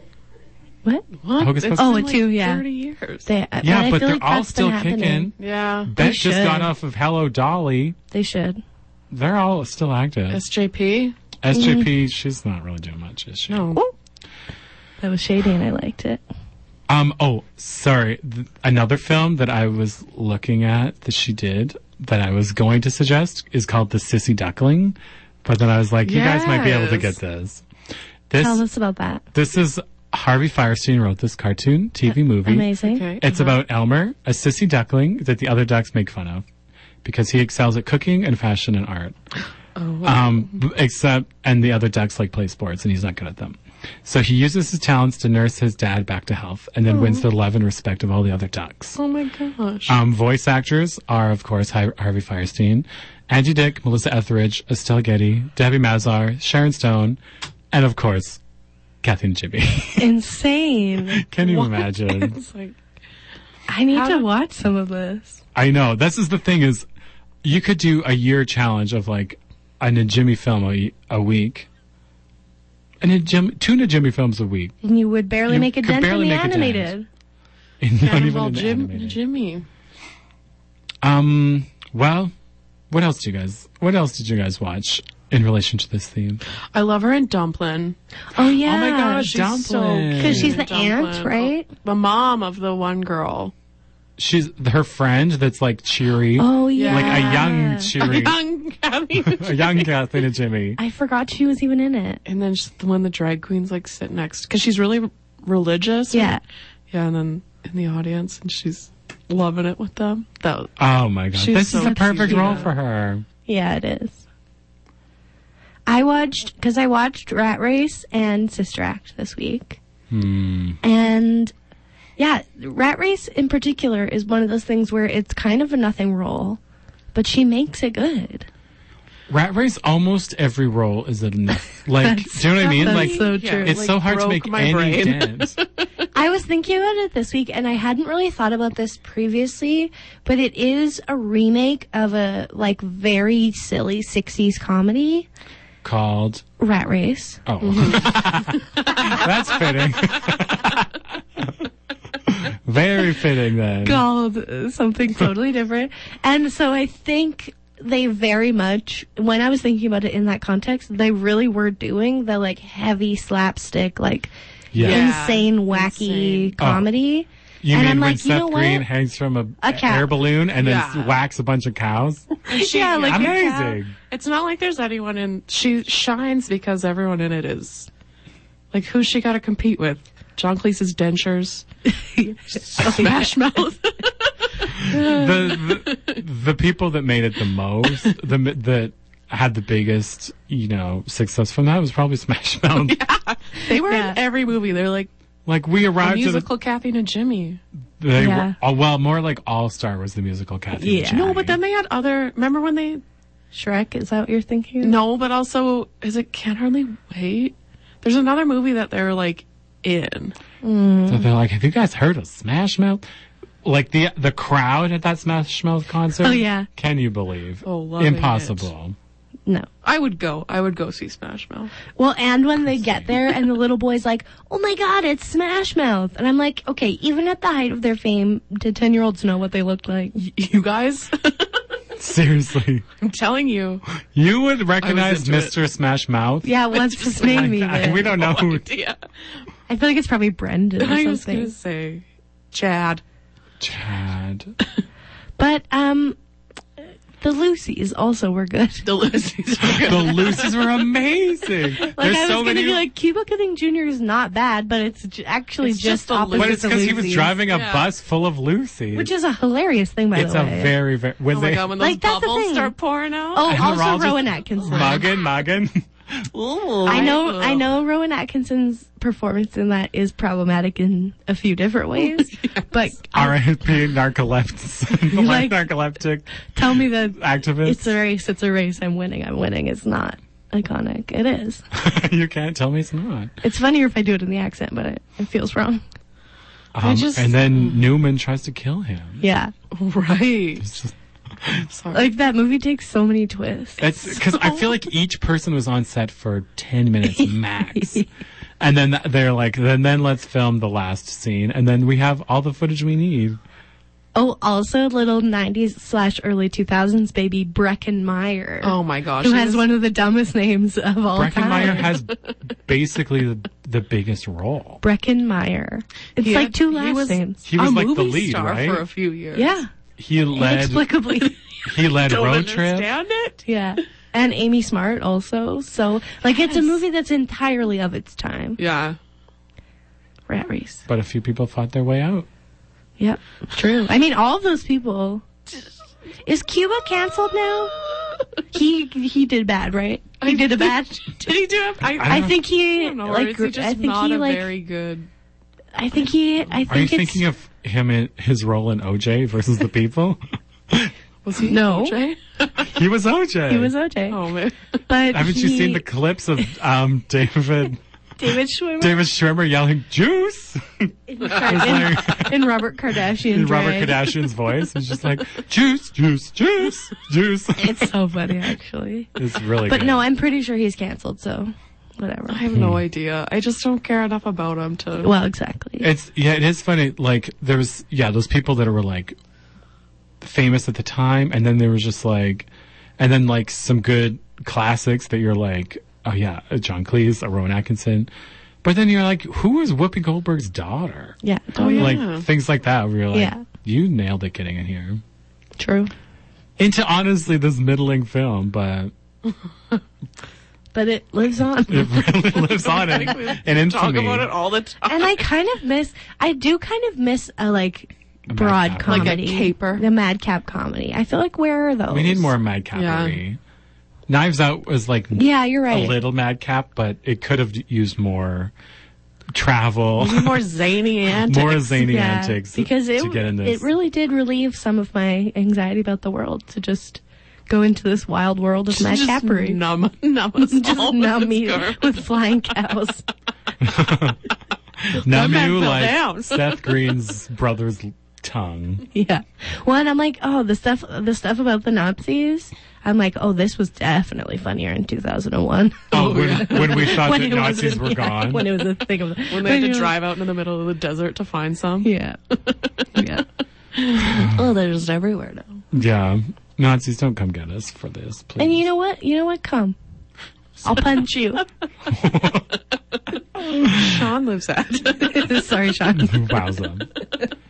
[SPEAKER 4] What?
[SPEAKER 3] what?
[SPEAKER 2] Hocus Pocus?
[SPEAKER 3] It's been
[SPEAKER 4] Oh,
[SPEAKER 3] like
[SPEAKER 4] two, yeah.
[SPEAKER 3] 30 years.
[SPEAKER 4] They, yeah, but,
[SPEAKER 2] Yeah,
[SPEAKER 4] I
[SPEAKER 2] but
[SPEAKER 4] feel
[SPEAKER 2] they're
[SPEAKER 4] like
[SPEAKER 2] all
[SPEAKER 4] that's
[SPEAKER 2] still
[SPEAKER 4] been happening.
[SPEAKER 2] kicking.
[SPEAKER 3] yeah.
[SPEAKER 2] That just
[SPEAKER 4] should.
[SPEAKER 2] got off of Hello Dolly.
[SPEAKER 4] They should.
[SPEAKER 2] They're all still active.
[SPEAKER 3] SJP?
[SPEAKER 2] SJP, she's not really doing much, is she?
[SPEAKER 3] No.
[SPEAKER 4] That was shady, and I liked it.
[SPEAKER 2] Um. Oh, sorry. Th- another film that I was looking at that she did that I was going to suggest is called The Sissy Duckling, but then I was like, you guys might be able to get
[SPEAKER 3] Yes.
[SPEAKER 2] this. This
[SPEAKER 4] Tell us about that.
[SPEAKER 2] this is Harvey Firestein wrote this cartoon TV movie.
[SPEAKER 4] Amazing.
[SPEAKER 3] Okay.
[SPEAKER 2] It's about Elmer, a sissy duckling that the other ducks make fun of because he excels at cooking and fashion and art.
[SPEAKER 3] oh,
[SPEAKER 2] Um, b- except, and the other ducks like play sports and he's not good at them. So he uses his talents to nurse his dad back to health and then wins the love and respect of all the other ducks.
[SPEAKER 3] Oh my gosh.
[SPEAKER 2] Um, voice actors are, of course, Hi- Harvey Firestein, Angie Dick, Melissa Etheridge, Estelle Getty, Debbie Mazar, Sharon Stone, and of course, Kathy and Jimmy.
[SPEAKER 4] Insane.
[SPEAKER 2] Can you imagine?
[SPEAKER 3] It's like,
[SPEAKER 4] I need
[SPEAKER 3] How
[SPEAKER 4] to
[SPEAKER 3] do-
[SPEAKER 4] watch some of this.
[SPEAKER 2] I know. This is the thing is, you could do a year challenge of like a Najimi film a, a week, and Najim, two Najimi films a week.
[SPEAKER 4] And you would barely
[SPEAKER 2] You
[SPEAKER 4] make a
[SPEAKER 2] could
[SPEAKER 4] dent in
[SPEAKER 2] barely
[SPEAKER 4] the
[SPEAKER 2] make a dent.
[SPEAKER 4] animated.
[SPEAKER 2] And not even
[SPEAKER 3] Cannonball
[SPEAKER 2] an
[SPEAKER 3] Jim-
[SPEAKER 2] animated.
[SPEAKER 3] Jimmy.
[SPEAKER 2] Um. Well, what else do you guys? What else did you guys watch in relation to this theme?
[SPEAKER 3] I love her in Dumplin.
[SPEAKER 4] Oh yeah.
[SPEAKER 2] oh my gosh,
[SPEAKER 3] she's so
[SPEAKER 2] Dumplin'.
[SPEAKER 4] Because she's
[SPEAKER 3] in
[SPEAKER 4] the aunt,
[SPEAKER 3] Dumplin'.
[SPEAKER 4] right?
[SPEAKER 3] The mom of the one girl.
[SPEAKER 2] she's her friend that's like cheery,
[SPEAKER 4] Oh yeah.
[SPEAKER 3] Yeah.
[SPEAKER 2] like a young cheery,
[SPEAKER 3] Young Kathy.
[SPEAKER 2] a young Kathleen and Jimmy.
[SPEAKER 4] I forgot she was even in it.
[SPEAKER 3] and then she's the one the drag queens like sit next because she's really religious.
[SPEAKER 4] Yeah.
[SPEAKER 3] Yeah, and then in the audience, and she's loving it with them. That was-
[SPEAKER 2] Oh my god,
[SPEAKER 3] She's
[SPEAKER 2] this
[SPEAKER 3] so
[SPEAKER 2] is the perfect
[SPEAKER 3] cute.
[SPEAKER 2] role for her.
[SPEAKER 4] Yeah, it is. I watched because I watched Rat Race and Sister Act this week, and yeah, Rat Race in particular is one of those things where it's kind of a nothing role, but she makes it good.
[SPEAKER 2] Rat Race, almost every role is enough. Like, do you know what I mean? Like,
[SPEAKER 3] Yeah, true.
[SPEAKER 2] it's so
[SPEAKER 3] like,
[SPEAKER 2] hard to
[SPEAKER 3] broke
[SPEAKER 2] make
[SPEAKER 3] my
[SPEAKER 2] any
[SPEAKER 3] brain.
[SPEAKER 2] dent.
[SPEAKER 4] I was thinking about it this week, and I hadn't really thought about this previously, but it is a remake of a like very silly '60s comedy,
[SPEAKER 2] Called.
[SPEAKER 4] Rat Race.
[SPEAKER 2] Oh,
[SPEAKER 4] Mm-hmm.
[SPEAKER 2] that's fitting. Very fitting then.
[SPEAKER 4] called uh, something totally different. And so I think they very much, when I was thinking about it in that context, they really were doing the like heavy slapstick, like
[SPEAKER 2] Yeah.
[SPEAKER 3] Yeah.
[SPEAKER 4] insane,
[SPEAKER 3] Insane.
[SPEAKER 4] wacky comedy.
[SPEAKER 2] You
[SPEAKER 4] and
[SPEAKER 2] mean
[SPEAKER 4] I'm
[SPEAKER 2] when
[SPEAKER 4] like, you
[SPEAKER 2] Seth
[SPEAKER 4] know what?
[SPEAKER 2] Green hangs from a,
[SPEAKER 4] A cat.
[SPEAKER 2] air balloon and
[SPEAKER 3] Yeah.
[SPEAKER 2] then whacks a bunch of cows?
[SPEAKER 4] yeah, like
[SPEAKER 2] Amazing.
[SPEAKER 3] it's not like there's anyone in. She shines because everyone in it is like who's she got to compete with? John Cleese's dentures, Smash Mouth.
[SPEAKER 2] the, the the people that made it the most, the m- that had the biggest, you know, success from that was probably Smash Mouth.
[SPEAKER 3] they were
[SPEAKER 4] Yeah.
[SPEAKER 3] in every movie. They're like
[SPEAKER 2] Like we
[SPEAKER 3] a
[SPEAKER 2] arrived to the
[SPEAKER 3] musical Kathy and Jimmy.
[SPEAKER 2] They
[SPEAKER 4] Yeah.
[SPEAKER 2] were, oh, well, more like All Star was the musical Kathy. and
[SPEAKER 4] Yeah.
[SPEAKER 2] Jimmy.
[SPEAKER 3] No, but then they had other. Remember when they?
[SPEAKER 4] Shrek, is that what you're thinking?
[SPEAKER 3] No, but also is it Can't Hardly Wait? There's another movie that they're like in.
[SPEAKER 2] So they're
[SPEAKER 4] Mm-hmm.
[SPEAKER 2] like, have you guys heard of Smash Mouth? Like the the crowd at that Smash Mouth concert.
[SPEAKER 4] Oh, yeah.
[SPEAKER 2] Can you believe?
[SPEAKER 3] Oh, loving
[SPEAKER 2] impossible.
[SPEAKER 4] No.
[SPEAKER 3] I would go. I would go see Smash Mouth.
[SPEAKER 4] Well, and when they get there and the little boy's like, oh my god, it's Smash Mouth. And I'm like, okay, even at the height of their fame, did 10 year olds know what they looked like?
[SPEAKER 3] Y- you guys,
[SPEAKER 2] Seriously,
[SPEAKER 3] I'm telling you.
[SPEAKER 2] you would recognize
[SPEAKER 3] into it.
[SPEAKER 2] Mr. Smash Mouth.
[SPEAKER 4] Yeah, what's his name
[SPEAKER 2] I- we
[SPEAKER 4] even?
[SPEAKER 2] don't know who
[SPEAKER 3] Yeah,
[SPEAKER 4] I feel like it's probably Brendan or
[SPEAKER 3] I was
[SPEAKER 4] something.
[SPEAKER 3] gonna say, Chad.
[SPEAKER 2] Chad.
[SPEAKER 4] But um, the Lucy's also were good.
[SPEAKER 3] The Oh Lucy's.
[SPEAKER 2] The Lucy's were amazing. There's
[SPEAKER 4] Like I was
[SPEAKER 2] so
[SPEAKER 4] gonna
[SPEAKER 2] many.
[SPEAKER 4] be like Cuba Gooding Jr. is not bad, but it's j- actually
[SPEAKER 3] It's just
[SPEAKER 4] just
[SPEAKER 3] the
[SPEAKER 4] opposite
[SPEAKER 2] but it's
[SPEAKER 4] the
[SPEAKER 2] because he was
[SPEAKER 4] Lucy's,
[SPEAKER 2] driving a
[SPEAKER 3] Yeah.
[SPEAKER 2] bus full of Lucy's.
[SPEAKER 4] which is a hilarious thing by
[SPEAKER 2] it's
[SPEAKER 4] the
[SPEAKER 2] a
[SPEAKER 4] way.
[SPEAKER 2] very very. When
[SPEAKER 3] Oh
[SPEAKER 2] they
[SPEAKER 3] my god, when those
[SPEAKER 4] Like, that's the
[SPEAKER 3] bubbles
[SPEAKER 4] thing.
[SPEAKER 3] start pouring out.
[SPEAKER 4] oh,
[SPEAKER 2] and we're all
[SPEAKER 4] also
[SPEAKER 2] just
[SPEAKER 4] Rowan Atkinson.
[SPEAKER 2] mugging mugging.
[SPEAKER 4] Oh, I know, I know. Rowan Atkinson's performance in that is problematic in a few
[SPEAKER 2] Oh,
[SPEAKER 4] different ways, but
[SPEAKER 2] RIP narcoleptic,
[SPEAKER 4] Like-
[SPEAKER 2] narcoleptic
[SPEAKER 4] tell me that
[SPEAKER 2] activist.
[SPEAKER 4] it's a race. It's a race. I'm winning. I'm winning. It's not iconic. It is.
[SPEAKER 2] you can't tell me it's not.
[SPEAKER 4] It's funnier if I do it in the accent, but it, it feels wrong.
[SPEAKER 2] Um,
[SPEAKER 3] just- Mm.
[SPEAKER 2] and then Newman tries to kill him.
[SPEAKER 4] Yeah,
[SPEAKER 3] Right.
[SPEAKER 2] It's just
[SPEAKER 3] Sorry.
[SPEAKER 4] like that movie takes so many twists.
[SPEAKER 2] It's because I feel like each person was on set for ten minutes max, and then th- they're like, then then let's film the last scene, and then we have all the footage we need.
[SPEAKER 4] Oh, also little '90s slash early 2000s baby Brecken Meyer,
[SPEAKER 3] oh my gosh.
[SPEAKER 4] who
[SPEAKER 3] it
[SPEAKER 4] has
[SPEAKER 3] is-
[SPEAKER 4] one of the dumbest names of
[SPEAKER 3] Oh,
[SPEAKER 4] all time.
[SPEAKER 2] Breckenmeyer has basically the, the biggest role.
[SPEAKER 4] Brecken Meyer. It's
[SPEAKER 3] he
[SPEAKER 4] like
[SPEAKER 3] had-
[SPEAKER 4] two
[SPEAKER 3] he
[SPEAKER 4] last
[SPEAKER 3] was-
[SPEAKER 4] names.
[SPEAKER 2] He was
[SPEAKER 3] a
[SPEAKER 2] like the
[SPEAKER 3] movie
[SPEAKER 2] lead,
[SPEAKER 3] star
[SPEAKER 2] right?
[SPEAKER 3] for a few years.
[SPEAKER 4] Yeah,
[SPEAKER 2] he led
[SPEAKER 4] inexplicably.
[SPEAKER 2] he led
[SPEAKER 3] Don't
[SPEAKER 2] road trip.
[SPEAKER 3] understand it.
[SPEAKER 4] yeah, and Amy Smart also. So like, it's a movie that's entirely of its time.
[SPEAKER 3] Yeah.
[SPEAKER 4] Rat race.
[SPEAKER 2] But a few people fought their way out.
[SPEAKER 4] Yep. True. I mean, all of those people. Is Cuba canceled now? He he did bad, right? He did a bad.
[SPEAKER 3] Did he do it? I,
[SPEAKER 4] I
[SPEAKER 2] don't
[SPEAKER 4] think he
[SPEAKER 3] don't know. or
[SPEAKER 4] like.
[SPEAKER 3] is he just
[SPEAKER 4] I think
[SPEAKER 3] not
[SPEAKER 4] he
[SPEAKER 3] a
[SPEAKER 4] like.
[SPEAKER 3] very good?
[SPEAKER 4] I think he. I think
[SPEAKER 2] Are you
[SPEAKER 4] it's,
[SPEAKER 2] thinking of him in his role in OJ versus the People?
[SPEAKER 3] Was he
[SPEAKER 4] No.
[SPEAKER 3] OJ?
[SPEAKER 2] he was OJ.
[SPEAKER 4] he was OJ?
[SPEAKER 3] Oh man.
[SPEAKER 4] But
[SPEAKER 2] Haven't you
[SPEAKER 4] he-
[SPEAKER 2] seen the clips of um, David
[SPEAKER 4] David Schwimmer
[SPEAKER 2] David Schwimmer yelling "Juice"
[SPEAKER 4] in, in, in Robert Kardashian?
[SPEAKER 2] in Robert
[SPEAKER 4] drag?
[SPEAKER 2] Kardashian's voice? It's just like "Juice, juice, juice, juice."
[SPEAKER 4] It's so funny, actually.
[SPEAKER 2] It's really
[SPEAKER 4] But
[SPEAKER 2] good.
[SPEAKER 4] no, I'm pretty sure he's canceled. So, whatever.
[SPEAKER 3] I have
[SPEAKER 2] Hmm.
[SPEAKER 3] no idea. I just don't care enough about him to.
[SPEAKER 4] Well, exactly.
[SPEAKER 2] It's yeah, it is funny. Like there was yeah, those people that were like famous at the time, and then there was just like, and then like some good classics that you're like, oh yeah, a John Cleese, a Rowan Atkinson, but then you're like, who is Whoopi Goldberg's daughter?
[SPEAKER 4] yeah.
[SPEAKER 3] Oh, yeah.
[SPEAKER 2] Like things like that. Where you're like,
[SPEAKER 4] Yeah.
[SPEAKER 2] you nailed it getting in here
[SPEAKER 4] True.
[SPEAKER 2] into honestly this middling film, but
[SPEAKER 4] But it lives on.
[SPEAKER 2] it really lives on in, in
[SPEAKER 3] Talk
[SPEAKER 2] infamy.
[SPEAKER 3] about it all the time.
[SPEAKER 4] and I kind of miss. I do kind of miss a like broad
[SPEAKER 2] madcap.
[SPEAKER 3] Like a
[SPEAKER 4] comedy,
[SPEAKER 3] caper.
[SPEAKER 4] the madcap comedy. I feel like where are those?
[SPEAKER 2] We need more madcapery. Knives Out was like
[SPEAKER 4] Yeah, you're right.
[SPEAKER 2] a little madcap, but it could have used more travel,
[SPEAKER 3] more zany antics.
[SPEAKER 2] more zany
[SPEAKER 4] yeah,
[SPEAKER 2] antics
[SPEAKER 4] because it
[SPEAKER 2] to get in this.
[SPEAKER 4] it really did relieve some of my anxiety about the world to just go into this wild world of
[SPEAKER 3] Just
[SPEAKER 4] madcapery.
[SPEAKER 3] numb, numb us all
[SPEAKER 4] just
[SPEAKER 3] with
[SPEAKER 4] numb
[SPEAKER 3] this
[SPEAKER 4] me
[SPEAKER 3] girl.
[SPEAKER 4] with flying cows.
[SPEAKER 2] now
[SPEAKER 3] that
[SPEAKER 2] you
[SPEAKER 3] man fell
[SPEAKER 2] like
[SPEAKER 3] down.
[SPEAKER 2] Seth Green's brother's l- tongue.
[SPEAKER 4] yeah. Well, and I'm like, oh, the stuff, the stuff about the Nazis. I'm like, oh, this was definitely funnier in 2001.
[SPEAKER 2] Oh, when, when we thought that
[SPEAKER 4] it was-
[SPEAKER 2] Nazis were
[SPEAKER 4] yeah,
[SPEAKER 2] gone.
[SPEAKER 4] When it was a thing of
[SPEAKER 3] When they had to drive out into the middle of the desert to find some.
[SPEAKER 4] Yeah. yeah. oh, they're just everywhere now.
[SPEAKER 2] yeah, Nazis don't come get us for this, please.
[SPEAKER 4] And you know what? You know what? Come. I'll punch you.
[SPEAKER 3] Sean lives at.
[SPEAKER 4] Sorry, Sean.
[SPEAKER 2] Wowza.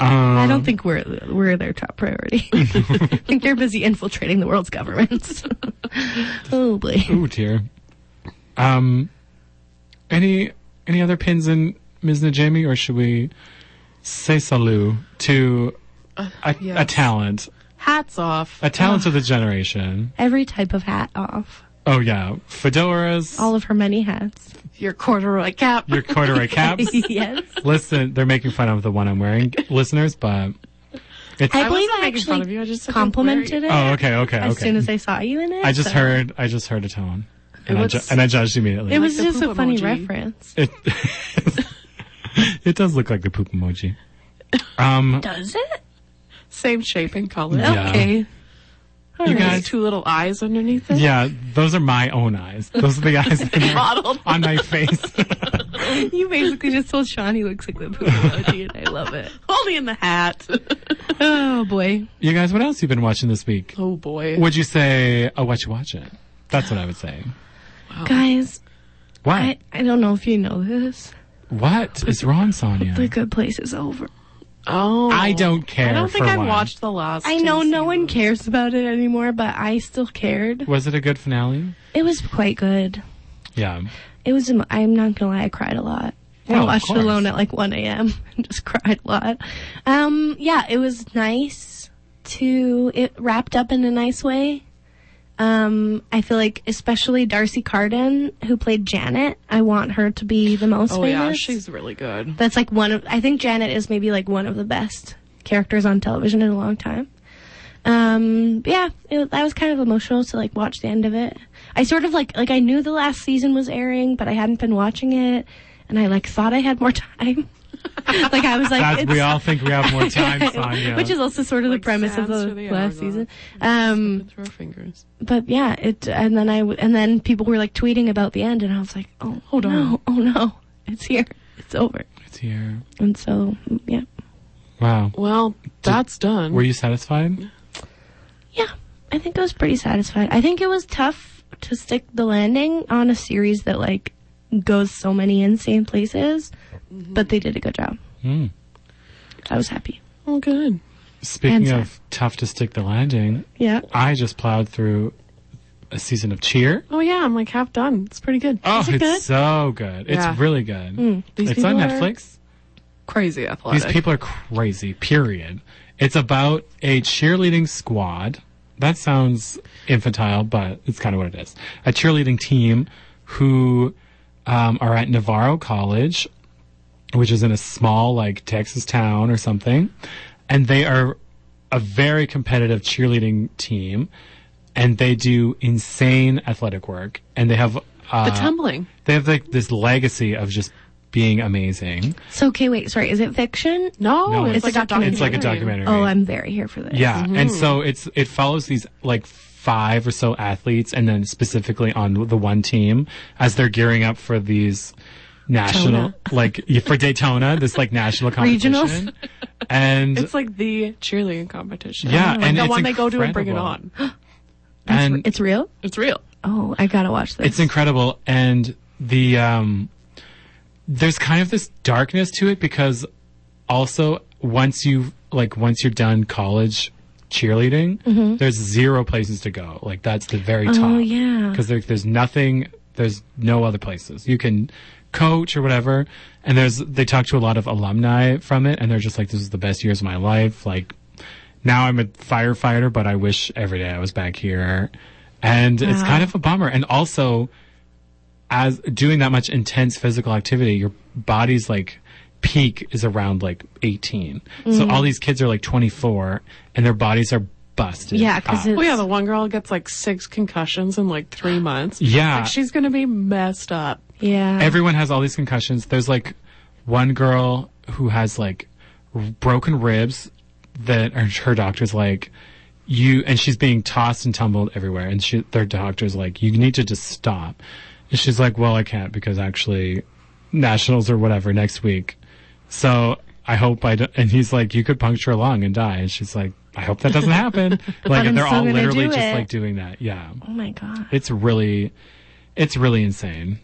[SPEAKER 4] I
[SPEAKER 3] Mm-hmm.
[SPEAKER 4] don't think we're we're their top priority. I think they're busy infiltrating the world's governments. oh boy.
[SPEAKER 2] Ooh, dear. Um, any any other pins in Ms. Najami, or should we say salut to
[SPEAKER 4] Uh,
[SPEAKER 2] a, a
[SPEAKER 3] yes.
[SPEAKER 2] talent,
[SPEAKER 3] Hats off.
[SPEAKER 2] a talent of the generation?
[SPEAKER 4] Every type of hat off.
[SPEAKER 2] Oh yeah, fedoras,
[SPEAKER 4] All of her many hats.
[SPEAKER 3] Your corduroy cap.
[SPEAKER 2] your corduroy caps.
[SPEAKER 4] yes.
[SPEAKER 2] Listen, they're making fun of the one I'm wearing, listeners. But it's
[SPEAKER 4] I believe
[SPEAKER 3] wasn't
[SPEAKER 4] I
[SPEAKER 3] making fun
[SPEAKER 4] actually
[SPEAKER 3] of you, I just said, like,
[SPEAKER 4] complimented it
[SPEAKER 2] oh okay, okay,
[SPEAKER 4] as
[SPEAKER 2] okay.
[SPEAKER 4] soon as I saw you in it.
[SPEAKER 2] I just
[SPEAKER 4] so-
[SPEAKER 2] heard, I just heard a tone, and, I,
[SPEAKER 3] was-
[SPEAKER 2] ju- and I judged immediately.
[SPEAKER 4] It was
[SPEAKER 3] the
[SPEAKER 4] just a
[SPEAKER 3] poop
[SPEAKER 4] funny
[SPEAKER 3] emoji.
[SPEAKER 4] reference.
[SPEAKER 2] It, it does look like the poop emoji. Um,
[SPEAKER 4] Does it?
[SPEAKER 3] Same shape and color.
[SPEAKER 2] Yeah.
[SPEAKER 4] Okay. All
[SPEAKER 2] You
[SPEAKER 4] right.
[SPEAKER 2] guys-
[SPEAKER 3] There's two little eyes underneath it.
[SPEAKER 2] yeah, those are my own eyes. Those are the eyes that are
[SPEAKER 3] Mottled.
[SPEAKER 2] on my face.
[SPEAKER 4] You basically just told Sean he looks like the poop emoji, and I love it.
[SPEAKER 3] Only in the hat.
[SPEAKER 4] Oh boy.
[SPEAKER 2] you guys, what else you been watching this week?
[SPEAKER 3] oh boy.
[SPEAKER 2] Would you say, oh, what you watching? That's what I would say.
[SPEAKER 4] Guys,
[SPEAKER 3] Oh.
[SPEAKER 2] What?
[SPEAKER 4] I, I don't know if you know this.
[SPEAKER 2] what is wrong, Sonia?
[SPEAKER 4] The good place is over.
[SPEAKER 3] Oh.
[SPEAKER 2] I don't care.
[SPEAKER 3] I don't think
[SPEAKER 2] for
[SPEAKER 3] I've
[SPEAKER 2] one.
[SPEAKER 3] watched the last.
[SPEAKER 4] I
[SPEAKER 3] two
[SPEAKER 4] know no one
[SPEAKER 3] seasons.
[SPEAKER 4] cares about it anymore, but I still cared.
[SPEAKER 2] Was it a good finale?
[SPEAKER 4] It was quite good.
[SPEAKER 2] Yeah.
[SPEAKER 4] It was. emo- I'm not gonna lie. I cried a lot.
[SPEAKER 2] Well,
[SPEAKER 4] I
[SPEAKER 3] Oh,
[SPEAKER 2] of
[SPEAKER 4] watched it
[SPEAKER 2] course.
[SPEAKER 4] alone at like 1 a.m. and just cried a lot. Um, yeah, it was nice to. It wrapped up in a nice way. Um, I feel like especially Darcy Carden, who played Janet, I want her to be the most
[SPEAKER 3] Oh
[SPEAKER 4] famous.
[SPEAKER 3] yeah, she's really good.
[SPEAKER 4] That's like one of. I think Janet is maybe like one of the best characters on television in a long time. Um, yeah, it, I was kind of emotional to like watch the end of it. I sort of like like I knew the last season was airing, but I hadn't been watching it, and I like thought I had more time. like I was like,
[SPEAKER 2] That's,
[SPEAKER 4] it's-
[SPEAKER 2] we all think we have more time, Sonia.
[SPEAKER 4] which is also sort of
[SPEAKER 3] Like
[SPEAKER 4] the premise of
[SPEAKER 3] sands
[SPEAKER 4] the
[SPEAKER 3] through the
[SPEAKER 4] last
[SPEAKER 3] hourglass.
[SPEAKER 4] season. Um,
[SPEAKER 3] Through our fingers.
[SPEAKER 4] but yeah, it and then I w- and then people were like tweeting about the end, and I was like, oh, hold no, on, oh no, it's here, it's over.
[SPEAKER 2] It's here.
[SPEAKER 4] And so yeah,
[SPEAKER 2] Wow.
[SPEAKER 3] Well, that's done.
[SPEAKER 2] Were you satisfied?
[SPEAKER 4] yeah, I think I was pretty satisfied. I think it was tough to stick the landing on a series that like goes so many insane places, but they did a good job.
[SPEAKER 2] Mm.
[SPEAKER 4] I was happy.
[SPEAKER 3] oh, good.
[SPEAKER 2] Speaking
[SPEAKER 4] And-
[SPEAKER 2] of tough to stick the landing,
[SPEAKER 4] Yeah.
[SPEAKER 2] I just plowed through a season of Cheer.
[SPEAKER 3] Oh yeah, I'm like half done. It's pretty good.
[SPEAKER 2] Oh,
[SPEAKER 3] Is it
[SPEAKER 2] it's
[SPEAKER 3] good?
[SPEAKER 2] so good.
[SPEAKER 3] Yeah. Mm.
[SPEAKER 2] It's really good.
[SPEAKER 3] These
[SPEAKER 2] it's on
[SPEAKER 3] people are
[SPEAKER 2] Netflix.
[SPEAKER 3] Crazy athletic.
[SPEAKER 2] These people are crazy, period. It's about a cheerleading squad. That sounds infantile, but it's kind of what it is. A cheerleading team who um, are at Navarro College, which is in a small, like, Texas town or something. And they are a very competitive cheerleading team. And they do insane athletic work. And they have. Uh,
[SPEAKER 3] the tumbling.
[SPEAKER 2] they have like this legacy of just being amazing.
[SPEAKER 4] So okay, wait, sorry, is it fiction?
[SPEAKER 3] No,
[SPEAKER 2] No,
[SPEAKER 3] it's,
[SPEAKER 2] it's
[SPEAKER 3] like
[SPEAKER 4] a
[SPEAKER 3] a documentary.
[SPEAKER 4] documentary.
[SPEAKER 2] It's like a documentary.
[SPEAKER 4] Oh, I'm very here for this.
[SPEAKER 2] yeah, and so it's it follows these like five or so athletes, and then specifically on the one team as they're gearing up for these national like yeah, for Daytona, this like national competition.
[SPEAKER 4] Regionals?
[SPEAKER 2] And
[SPEAKER 3] It's like the cheerleading competition.
[SPEAKER 2] yeah,
[SPEAKER 3] like
[SPEAKER 2] and
[SPEAKER 3] the
[SPEAKER 2] it's
[SPEAKER 3] one they go to and bring it
[SPEAKER 2] incredible.
[SPEAKER 3] on.
[SPEAKER 4] That's
[SPEAKER 2] and
[SPEAKER 4] re- it's real.
[SPEAKER 3] It's real.
[SPEAKER 4] Oh, I gotta watch this.
[SPEAKER 2] It's incredible, and the um, there's kind of this darkness to it because also once you like once you're done college cheerleading, there's zero places to go. Like that's the very top.
[SPEAKER 4] yeah.
[SPEAKER 2] because there, there's nothing, there's no other places you can coach or whatever. And there's they talk to a lot of alumni from it, and they're just like, "This is the best years of my life." Like now I'm a firefighter, but I wish every day I was back here. And it's kind of a bummer. And also, as doing that much intense physical activity, your body's like peak is around like 18. So all these kids are like 24 and their bodies are busted.
[SPEAKER 4] Yeah, because
[SPEAKER 2] up.
[SPEAKER 4] it's
[SPEAKER 3] Well, Oh, yeah, the one girl gets like six concussions in like three months.
[SPEAKER 2] Yeah.
[SPEAKER 3] Like, she's gonna be messed up.
[SPEAKER 4] yeah.
[SPEAKER 2] everyone has all these concussions. There's like one girl who has like r- broken ribs that are, her doctor's like you and she's being tossed and tumbled everywhere and she their doctor's like you need to just stop. And she's like well I can't because actually nationals or whatever next week. So I hope I don't. And he's like you could puncture a lung and die and she's like I hope that doesn't happen. like
[SPEAKER 4] I'm
[SPEAKER 2] and they're
[SPEAKER 4] still
[SPEAKER 2] all
[SPEAKER 4] gonna
[SPEAKER 2] literally
[SPEAKER 4] do
[SPEAKER 2] just
[SPEAKER 4] it.
[SPEAKER 2] like doing that. Yeah.
[SPEAKER 4] oh my god.
[SPEAKER 2] It's really it's really insane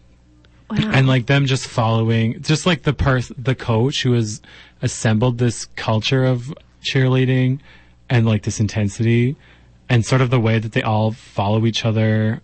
[SPEAKER 4] Wow.
[SPEAKER 2] and like them just following just like the pers- the coach who has assembled this culture of cheerleading and like this intensity and sort of the way that they all follow each other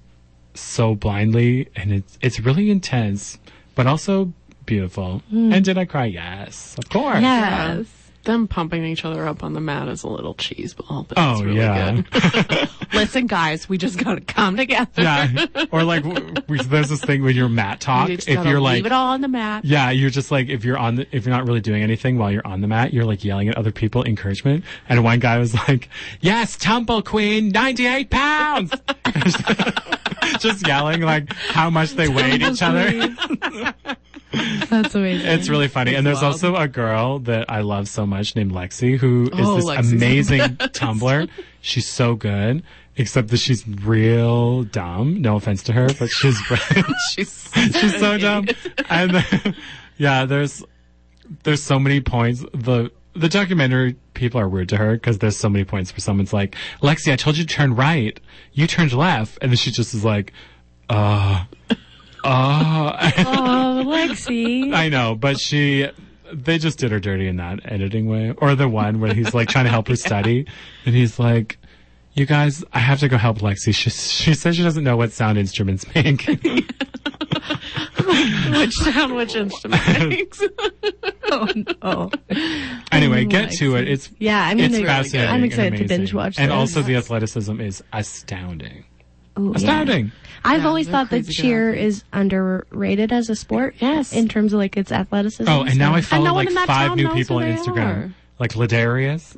[SPEAKER 2] so blindly and it's it's really intense but also beautiful and did i cry yes of course
[SPEAKER 4] yes.
[SPEAKER 3] Them pumping each other up on the mat is a little cheese ball, but it's
[SPEAKER 2] oh
[SPEAKER 3] really
[SPEAKER 2] yeah
[SPEAKER 3] good. Listen, guys, we just gotta come together.
[SPEAKER 2] yeah or like w- we, there's this thing when you're mat talk
[SPEAKER 3] You just
[SPEAKER 2] if
[SPEAKER 3] gotta
[SPEAKER 2] you're
[SPEAKER 3] leave
[SPEAKER 2] like
[SPEAKER 3] it all on the mat.
[SPEAKER 2] Yeah, you're just like if you're on the, if you're not really doing anything while you're on the mat, you're like yelling at other people encouragement. And one guy was like, "Yes, tumble queen, 98 pounds." just yelling like how much they weighed each other.
[SPEAKER 4] That's amazing.
[SPEAKER 2] It's really funny. And there's
[SPEAKER 3] wild.
[SPEAKER 2] also a girl that I love so much named Lexi who is
[SPEAKER 3] Oh,
[SPEAKER 2] this
[SPEAKER 3] Lexi's the
[SPEAKER 2] amazing tumbler. She's so good, except that she's real dumb. No offense to her, but she's
[SPEAKER 3] She's
[SPEAKER 2] She's so dumb. And the- yeah, there's there's so many points. The the documentary people are rude to her because there's so many points where someone's like, "Lexi, I told you to turn right. You turned left," and then she just is like, "Uh, uh."
[SPEAKER 4] Oh, Lexi.
[SPEAKER 2] I know, but she. They just did her dirty in that editing way, or the one where he's like trying to help her study, and he's like, "You guys, I have to go help Lexi. She she says she doesn't know what sound instruments make."
[SPEAKER 3] which sound which instrument?
[SPEAKER 4] oh, no.
[SPEAKER 2] anyway, get to it. It's
[SPEAKER 4] Yeah, I mean,
[SPEAKER 2] it's
[SPEAKER 4] they're-
[SPEAKER 2] fascinating.
[SPEAKER 4] I'm
[SPEAKER 2] and
[SPEAKER 4] excited to
[SPEAKER 2] amazing.
[SPEAKER 4] binge watch
[SPEAKER 2] And
[SPEAKER 4] this.
[SPEAKER 2] also, the athleticism is astounding.
[SPEAKER 4] Ooh, yeah.
[SPEAKER 5] Astounding.
[SPEAKER 4] I've
[SPEAKER 3] Yeah,
[SPEAKER 4] always
[SPEAKER 3] they're
[SPEAKER 4] thought that
[SPEAKER 3] crazy good
[SPEAKER 4] cheer
[SPEAKER 3] athletes.
[SPEAKER 4] is underrated as a sport.
[SPEAKER 3] Yes.
[SPEAKER 4] In terms of like its athleticism.
[SPEAKER 2] Oh, and now I
[SPEAKER 4] so-
[SPEAKER 2] follow
[SPEAKER 3] no one
[SPEAKER 2] like
[SPEAKER 3] in that
[SPEAKER 2] five
[SPEAKER 3] town
[SPEAKER 2] new
[SPEAKER 3] knows
[SPEAKER 2] people on
[SPEAKER 3] who they
[SPEAKER 2] Instagram.
[SPEAKER 3] are.
[SPEAKER 2] Like Ladarius.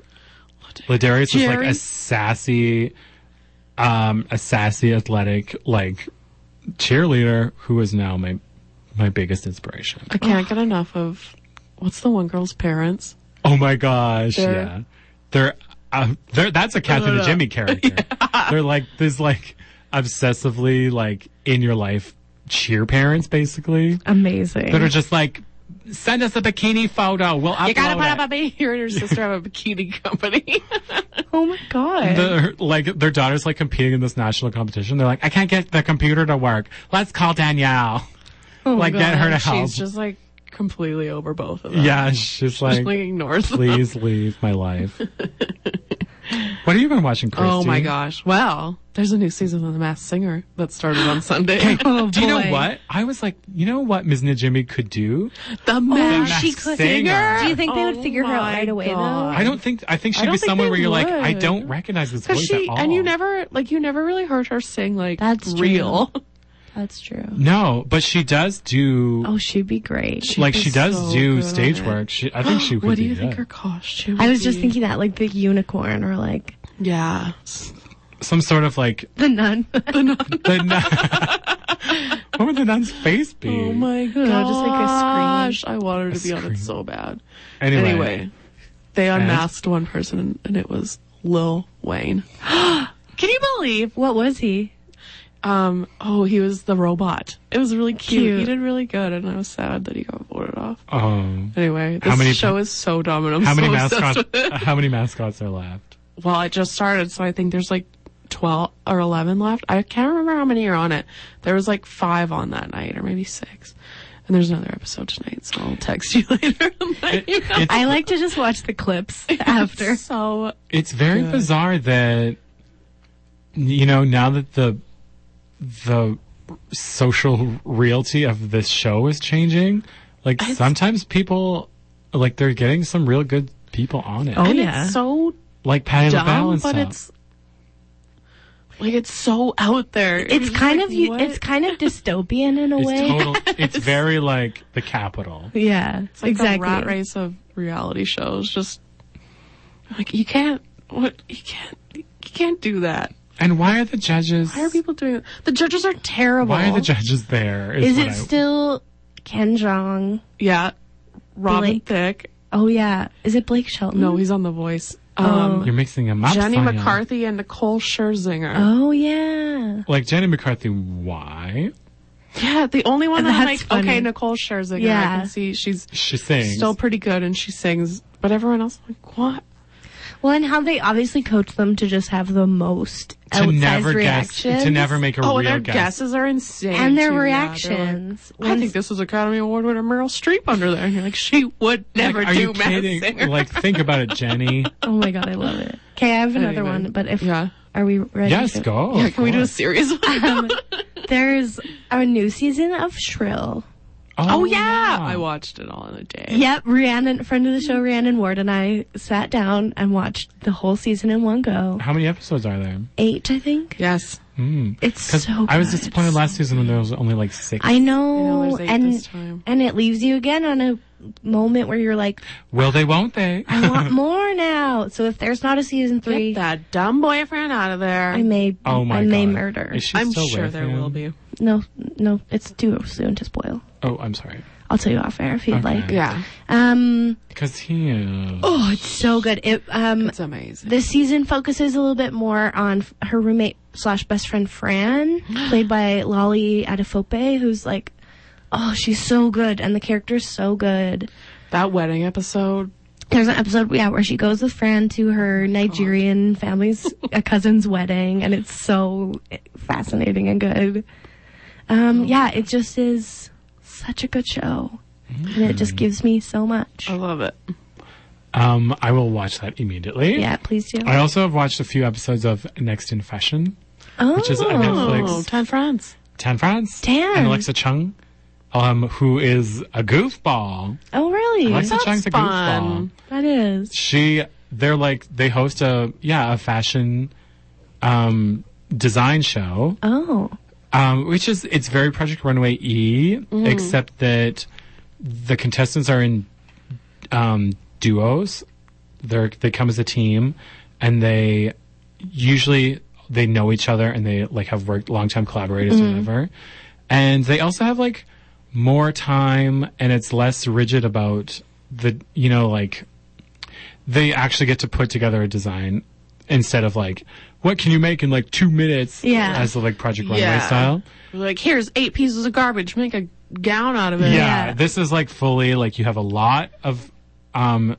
[SPEAKER 2] Ladarius is like
[SPEAKER 3] Jerry.
[SPEAKER 2] a sassy, um, a sassy athletic like cheerleader who is now my my biggest inspiration.
[SPEAKER 3] I can't get enough of what's the one girl's parents?
[SPEAKER 2] Oh my gosh,
[SPEAKER 3] They're-
[SPEAKER 2] yeah. They're, uh, they're that's a Kath and Jimmy character. They're like this like obsessively like in your life cheer parents basically
[SPEAKER 4] Amazing.
[SPEAKER 2] that are just like send us a bikini photo. We'll upload
[SPEAKER 3] You gotta put
[SPEAKER 2] it.
[SPEAKER 3] up a baby. You and your sister have a bikini company.
[SPEAKER 4] oh my god.
[SPEAKER 2] the, her- like their daughter's like competing in this national competition. They're like, I can't get the computer to work. Let's call Danielle.
[SPEAKER 4] Oh my
[SPEAKER 2] like get her to help.
[SPEAKER 3] She's just like completely over both of them.
[SPEAKER 2] yeah, she's
[SPEAKER 3] Just
[SPEAKER 2] like,
[SPEAKER 3] like ignores them.
[SPEAKER 2] please leave my life. what have you been watching, Christy?
[SPEAKER 3] Oh my gosh. Well, there's a new season of The Masked Singer that started on Sunday.
[SPEAKER 4] oh,
[SPEAKER 2] Do you know
[SPEAKER 4] boy.
[SPEAKER 2] what? I was like, you know what Ms. Najimi could do?
[SPEAKER 3] the
[SPEAKER 4] Oh,
[SPEAKER 3] Masked
[SPEAKER 4] she
[SPEAKER 2] Masked
[SPEAKER 4] could.
[SPEAKER 2] Singer.
[SPEAKER 4] Do you think they would
[SPEAKER 3] Oh
[SPEAKER 4] figure her out
[SPEAKER 3] my
[SPEAKER 4] right away
[SPEAKER 3] God.
[SPEAKER 4] though?
[SPEAKER 2] I don't think, I think she'd
[SPEAKER 3] don't
[SPEAKER 2] be
[SPEAKER 3] think
[SPEAKER 2] someone
[SPEAKER 3] they
[SPEAKER 2] where you're like, I
[SPEAKER 3] would.
[SPEAKER 2] don't recognize this
[SPEAKER 3] Because
[SPEAKER 2] voice
[SPEAKER 3] she
[SPEAKER 2] at all.
[SPEAKER 3] and you never like you never really heard her sing like
[SPEAKER 4] That's true.
[SPEAKER 3] real.
[SPEAKER 4] That's true.
[SPEAKER 2] No, but she does do,
[SPEAKER 4] Oh, she'd be great.
[SPEAKER 2] like she
[SPEAKER 3] she's
[SPEAKER 2] does
[SPEAKER 3] so
[SPEAKER 2] do
[SPEAKER 3] good on
[SPEAKER 2] stage
[SPEAKER 3] it.
[SPEAKER 2] work. She, I think she would
[SPEAKER 3] what do
[SPEAKER 2] be
[SPEAKER 3] you think
[SPEAKER 2] good.
[SPEAKER 3] her costume?
[SPEAKER 4] I was just
[SPEAKER 3] be?
[SPEAKER 4] thinking that, like the unicorn or like
[SPEAKER 3] Yeah.
[SPEAKER 2] Some sort of like
[SPEAKER 4] the nun.
[SPEAKER 2] the nun- what would the nun's face be?
[SPEAKER 3] Oh my
[SPEAKER 4] know,
[SPEAKER 3] god!
[SPEAKER 4] just like a
[SPEAKER 3] gosh. I wanted to be on
[SPEAKER 2] scream.
[SPEAKER 3] it so bad.
[SPEAKER 2] Anyway,
[SPEAKER 3] Anyway, they unmasked one person and it was Lil Wayne. Can you believe?
[SPEAKER 4] what was he?
[SPEAKER 3] Um. Oh, he was the robot. It was really cute.
[SPEAKER 4] Cute.
[SPEAKER 3] He did really good, and I was sad that he got voted off.
[SPEAKER 2] um,
[SPEAKER 3] Anyway, this
[SPEAKER 2] How many-
[SPEAKER 3] show is so dumb, and I'm
[SPEAKER 2] how
[SPEAKER 3] so
[SPEAKER 2] many
[SPEAKER 3] obsessed
[SPEAKER 2] mascots?
[SPEAKER 3] with it.
[SPEAKER 2] How many mascots are left?
[SPEAKER 3] Well, it just started, so I think there's like twelve or eleven left. I can't remember how many are on it. There was like five on that night, or maybe six. And there's another episode tonight, so I'll text you later. and let you know.
[SPEAKER 4] I like to just watch the clips after.
[SPEAKER 3] So
[SPEAKER 2] It's very bizarre that you know now that the the social reality of this show is changing. Like sometimes people, like they're getting some real good people on it,
[SPEAKER 4] Oh,
[SPEAKER 3] and
[SPEAKER 4] yeah.
[SPEAKER 3] it's so
[SPEAKER 2] like Patty LaBelle
[SPEAKER 3] dumb,
[SPEAKER 2] and
[SPEAKER 3] but
[SPEAKER 2] stuff.
[SPEAKER 3] it's like it's so out there.
[SPEAKER 4] It's kind
[SPEAKER 3] like,
[SPEAKER 4] of u-
[SPEAKER 3] what?
[SPEAKER 4] it's kind of dystopian in a
[SPEAKER 2] It's
[SPEAKER 4] way.
[SPEAKER 2] total. It's very like the capital.
[SPEAKER 4] yeah,
[SPEAKER 3] It's like
[SPEAKER 4] exactly.
[SPEAKER 3] the rat race of reality shows. Just like you can't, what you can't, you can't do that.
[SPEAKER 2] And why are the judges?
[SPEAKER 3] Why are people doing? The judges are terrible.
[SPEAKER 2] Why are the judges there?
[SPEAKER 4] Is
[SPEAKER 2] what
[SPEAKER 4] it
[SPEAKER 2] I-
[SPEAKER 4] still Ken Jong?
[SPEAKER 3] Yeah, Robin
[SPEAKER 4] Blake. Mm-hmm.
[SPEAKER 3] Thicke.
[SPEAKER 4] Oh yeah, is it Blake Shelton?
[SPEAKER 3] No, he's on The Voice.
[SPEAKER 4] Oh.
[SPEAKER 3] Um,
[SPEAKER 2] You're mixing them up.
[SPEAKER 3] Jenny
[SPEAKER 2] Sonia.
[SPEAKER 3] McCarthy and Nicole Scherzinger.
[SPEAKER 4] Oh yeah.
[SPEAKER 2] Like Jenny McCarthy, why?
[SPEAKER 3] yeah, the only one that I'm like,
[SPEAKER 4] Oh. That's funny.
[SPEAKER 3] okay, Nicole Scherzinger. I
[SPEAKER 4] Yeah.
[SPEAKER 3] can see she's
[SPEAKER 2] She sings.
[SPEAKER 3] still pretty good and she sings, but everyone else I'm like what?
[SPEAKER 4] Well, and how they obviously coach them to just have the most
[SPEAKER 2] to
[SPEAKER 4] outsized
[SPEAKER 2] never guess,
[SPEAKER 4] reactions
[SPEAKER 2] to never make a
[SPEAKER 3] oh, and
[SPEAKER 2] real
[SPEAKER 3] their
[SPEAKER 2] guess.
[SPEAKER 3] guesses are insane.
[SPEAKER 4] and their
[SPEAKER 3] too. Yeah, they're like,
[SPEAKER 4] reactions.
[SPEAKER 3] I
[SPEAKER 4] When-
[SPEAKER 3] think this was Academy Award winner Meryl Streep under there. And you're like, she would never
[SPEAKER 2] Like, are
[SPEAKER 3] do
[SPEAKER 2] you
[SPEAKER 3] Masked
[SPEAKER 2] kidding?
[SPEAKER 3] Singer.
[SPEAKER 2] Like, think about it, Jenny.
[SPEAKER 4] oh my god, I love it. Okay, I have another
[SPEAKER 3] Anyway.
[SPEAKER 4] one, but if
[SPEAKER 3] Yeah.
[SPEAKER 4] are we ready?
[SPEAKER 2] yes,
[SPEAKER 4] to-
[SPEAKER 2] go.
[SPEAKER 3] yeah,
[SPEAKER 2] of
[SPEAKER 3] can we do a
[SPEAKER 2] course.
[SPEAKER 3] serious one?
[SPEAKER 4] Um, there's a new season of Shrill.
[SPEAKER 3] Oh yeah. I watched it all in a day.
[SPEAKER 4] Yep, Rhiannon, friend of the show, Rhiannon Ward, and I sat down and watched the whole season in one go.
[SPEAKER 2] How many episodes are there?
[SPEAKER 4] Eight, I think.
[SPEAKER 3] Yes.
[SPEAKER 4] It's
[SPEAKER 2] Because
[SPEAKER 4] so.
[SPEAKER 2] I was
[SPEAKER 4] good.
[SPEAKER 2] disappointed last season when there was only like six.
[SPEAKER 4] I know,
[SPEAKER 3] I know, there's eight
[SPEAKER 4] and
[SPEAKER 3] this time.
[SPEAKER 4] and it leaves you again on a moment where you're like,
[SPEAKER 2] Will they? Won't they?
[SPEAKER 4] I want more now. So if there's not a season three,
[SPEAKER 3] Get that dumb boyfriend out of there.
[SPEAKER 4] I may,
[SPEAKER 2] oh my
[SPEAKER 4] I may
[SPEAKER 2] God.
[SPEAKER 4] murder.
[SPEAKER 2] Is she
[SPEAKER 3] I'm
[SPEAKER 2] still
[SPEAKER 3] sure
[SPEAKER 2] with
[SPEAKER 3] there
[SPEAKER 2] him?
[SPEAKER 3] will be.
[SPEAKER 4] No, no, it's too soon to spoil.
[SPEAKER 2] Oh, I'm sorry.
[SPEAKER 4] I'll tell you off air if you'd
[SPEAKER 2] Okay.
[SPEAKER 4] like.
[SPEAKER 3] Yeah.
[SPEAKER 4] Um,
[SPEAKER 2] Because he. is-
[SPEAKER 4] oh, it's so good. It um,
[SPEAKER 3] It's amazing.
[SPEAKER 4] this season focuses a little bit more on f- her roommate slash best friend Fran, played by Lolly Adafope, who's like, oh, she's so good, and the character's so good.
[SPEAKER 3] That wedding episode.
[SPEAKER 4] There's an episode, yeah, where she goes with Fran to her Nigerian family's a cousin's wedding, and it's so fascinating and good. Um, yeah, it just is such a good show, and it just gives me so much.
[SPEAKER 3] I love it.
[SPEAKER 2] Um, I will watch that immediately.
[SPEAKER 4] Yeah, please do.
[SPEAKER 2] I also have watched a few episodes of Next in Fashion. which is on
[SPEAKER 4] Oh.
[SPEAKER 2] Netflix.
[SPEAKER 3] Oh, ten friends.
[SPEAKER 2] Tan France.
[SPEAKER 4] Tan.
[SPEAKER 2] And Alexa Chung, um, who is a goofball.
[SPEAKER 4] Oh, really?
[SPEAKER 2] Alexa
[SPEAKER 3] That's
[SPEAKER 2] Chung's a goofball.
[SPEAKER 3] fun.
[SPEAKER 4] That is.
[SPEAKER 2] She, they're like, they host a, yeah, a fashion, um, design show,
[SPEAKER 4] Oh.
[SPEAKER 2] um, which is it's very Project Runway E, except that the contestants are in um, duos. They they come as a team, and they usually they know each other and they like have worked long time collaborators or whatever, and they also have like more time and it's less rigid about the you know like they actually get to put together a design instead of like what can you make in like two minutes
[SPEAKER 4] Yeah.
[SPEAKER 2] as the like project runway
[SPEAKER 3] Yeah.
[SPEAKER 2] style
[SPEAKER 3] Like, here's eight pieces of garbage. Make a gown out of it.
[SPEAKER 2] yeah,
[SPEAKER 4] Yeah.
[SPEAKER 2] this is like fully like you have a lot of um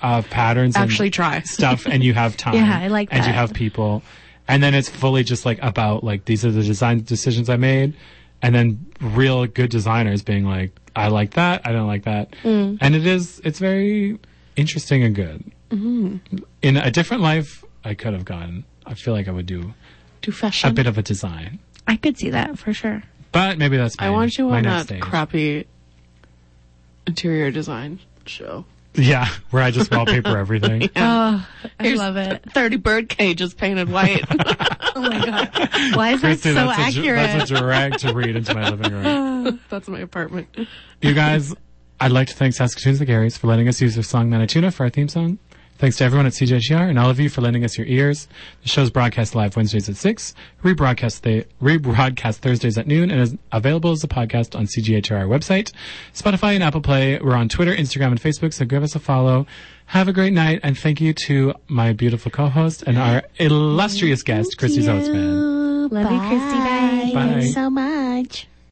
[SPEAKER 2] of patterns
[SPEAKER 3] Actually
[SPEAKER 2] and
[SPEAKER 3] try.
[SPEAKER 2] stuff and you have time
[SPEAKER 4] Yeah, I like
[SPEAKER 2] and you
[SPEAKER 4] that.
[SPEAKER 2] have people and then it's fully just like about like these are the design decisions i made and then real good designers being like i like that i don't like that
[SPEAKER 3] Mm.
[SPEAKER 2] and it is it's very interesting and good
[SPEAKER 3] Mm-hmm.
[SPEAKER 2] in a different life i could have gone i feel like i would do
[SPEAKER 3] Do
[SPEAKER 2] a
[SPEAKER 3] fashion.
[SPEAKER 2] bit of a design
[SPEAKER 4] I could see that for sure.
[SPEAKER 2] but maybe that's my,
[SPEAKER 3] I want you
[SPEAKER 2] my
[SPEAKER 3] on
[SPEAKER 2] next
[SPEAKER 3] that
[SPEAKER 2] stage.
[SPEAKER 3] crappy interior design show.
[SPEAKER 2] yeah where i just wallpaper everything
[SPEAKER 4] Oh, I
[SPEAKER 3] Here's
[SPEAKER 4] love it.
[SPEAKER 3] 30 bird cages painted white.
[SPEAKER 4] Oh my god. Why is
[SPEAKER 2] Christy,
[SPEAKER 4] that so
[SPEAKER 2] that's, a, dr-
[SPEAKER 4] accurate?
[SPEAKER 2] that's a drag to read into my living room.
[SPEAKER 3] That's my apartment.
[SPEAKER 2] You guys, I'd like to thank Saskatoon's The Garys for letting us use their song Manituna for our theme song. Thanks to everyone at CJGR and all of you for lending us your ears. The show's broadcast live Wednesdays at 6, rebroadcast, th- rebroadcast Thursdays at noon, and is available as a podcast on CGHR website, Spotify, and Apple Play. We're on Twitter, Instagram, and Facebook, so give us a follow. Have a great night, and thank you to my beautiful co-host and our illustrious guest, Christy Zotzman.
[SPEAKER 5] Love you, Christy. Bye.
[SPEAKER 2] Bye.
[SPEAKER 5] Thanks so much.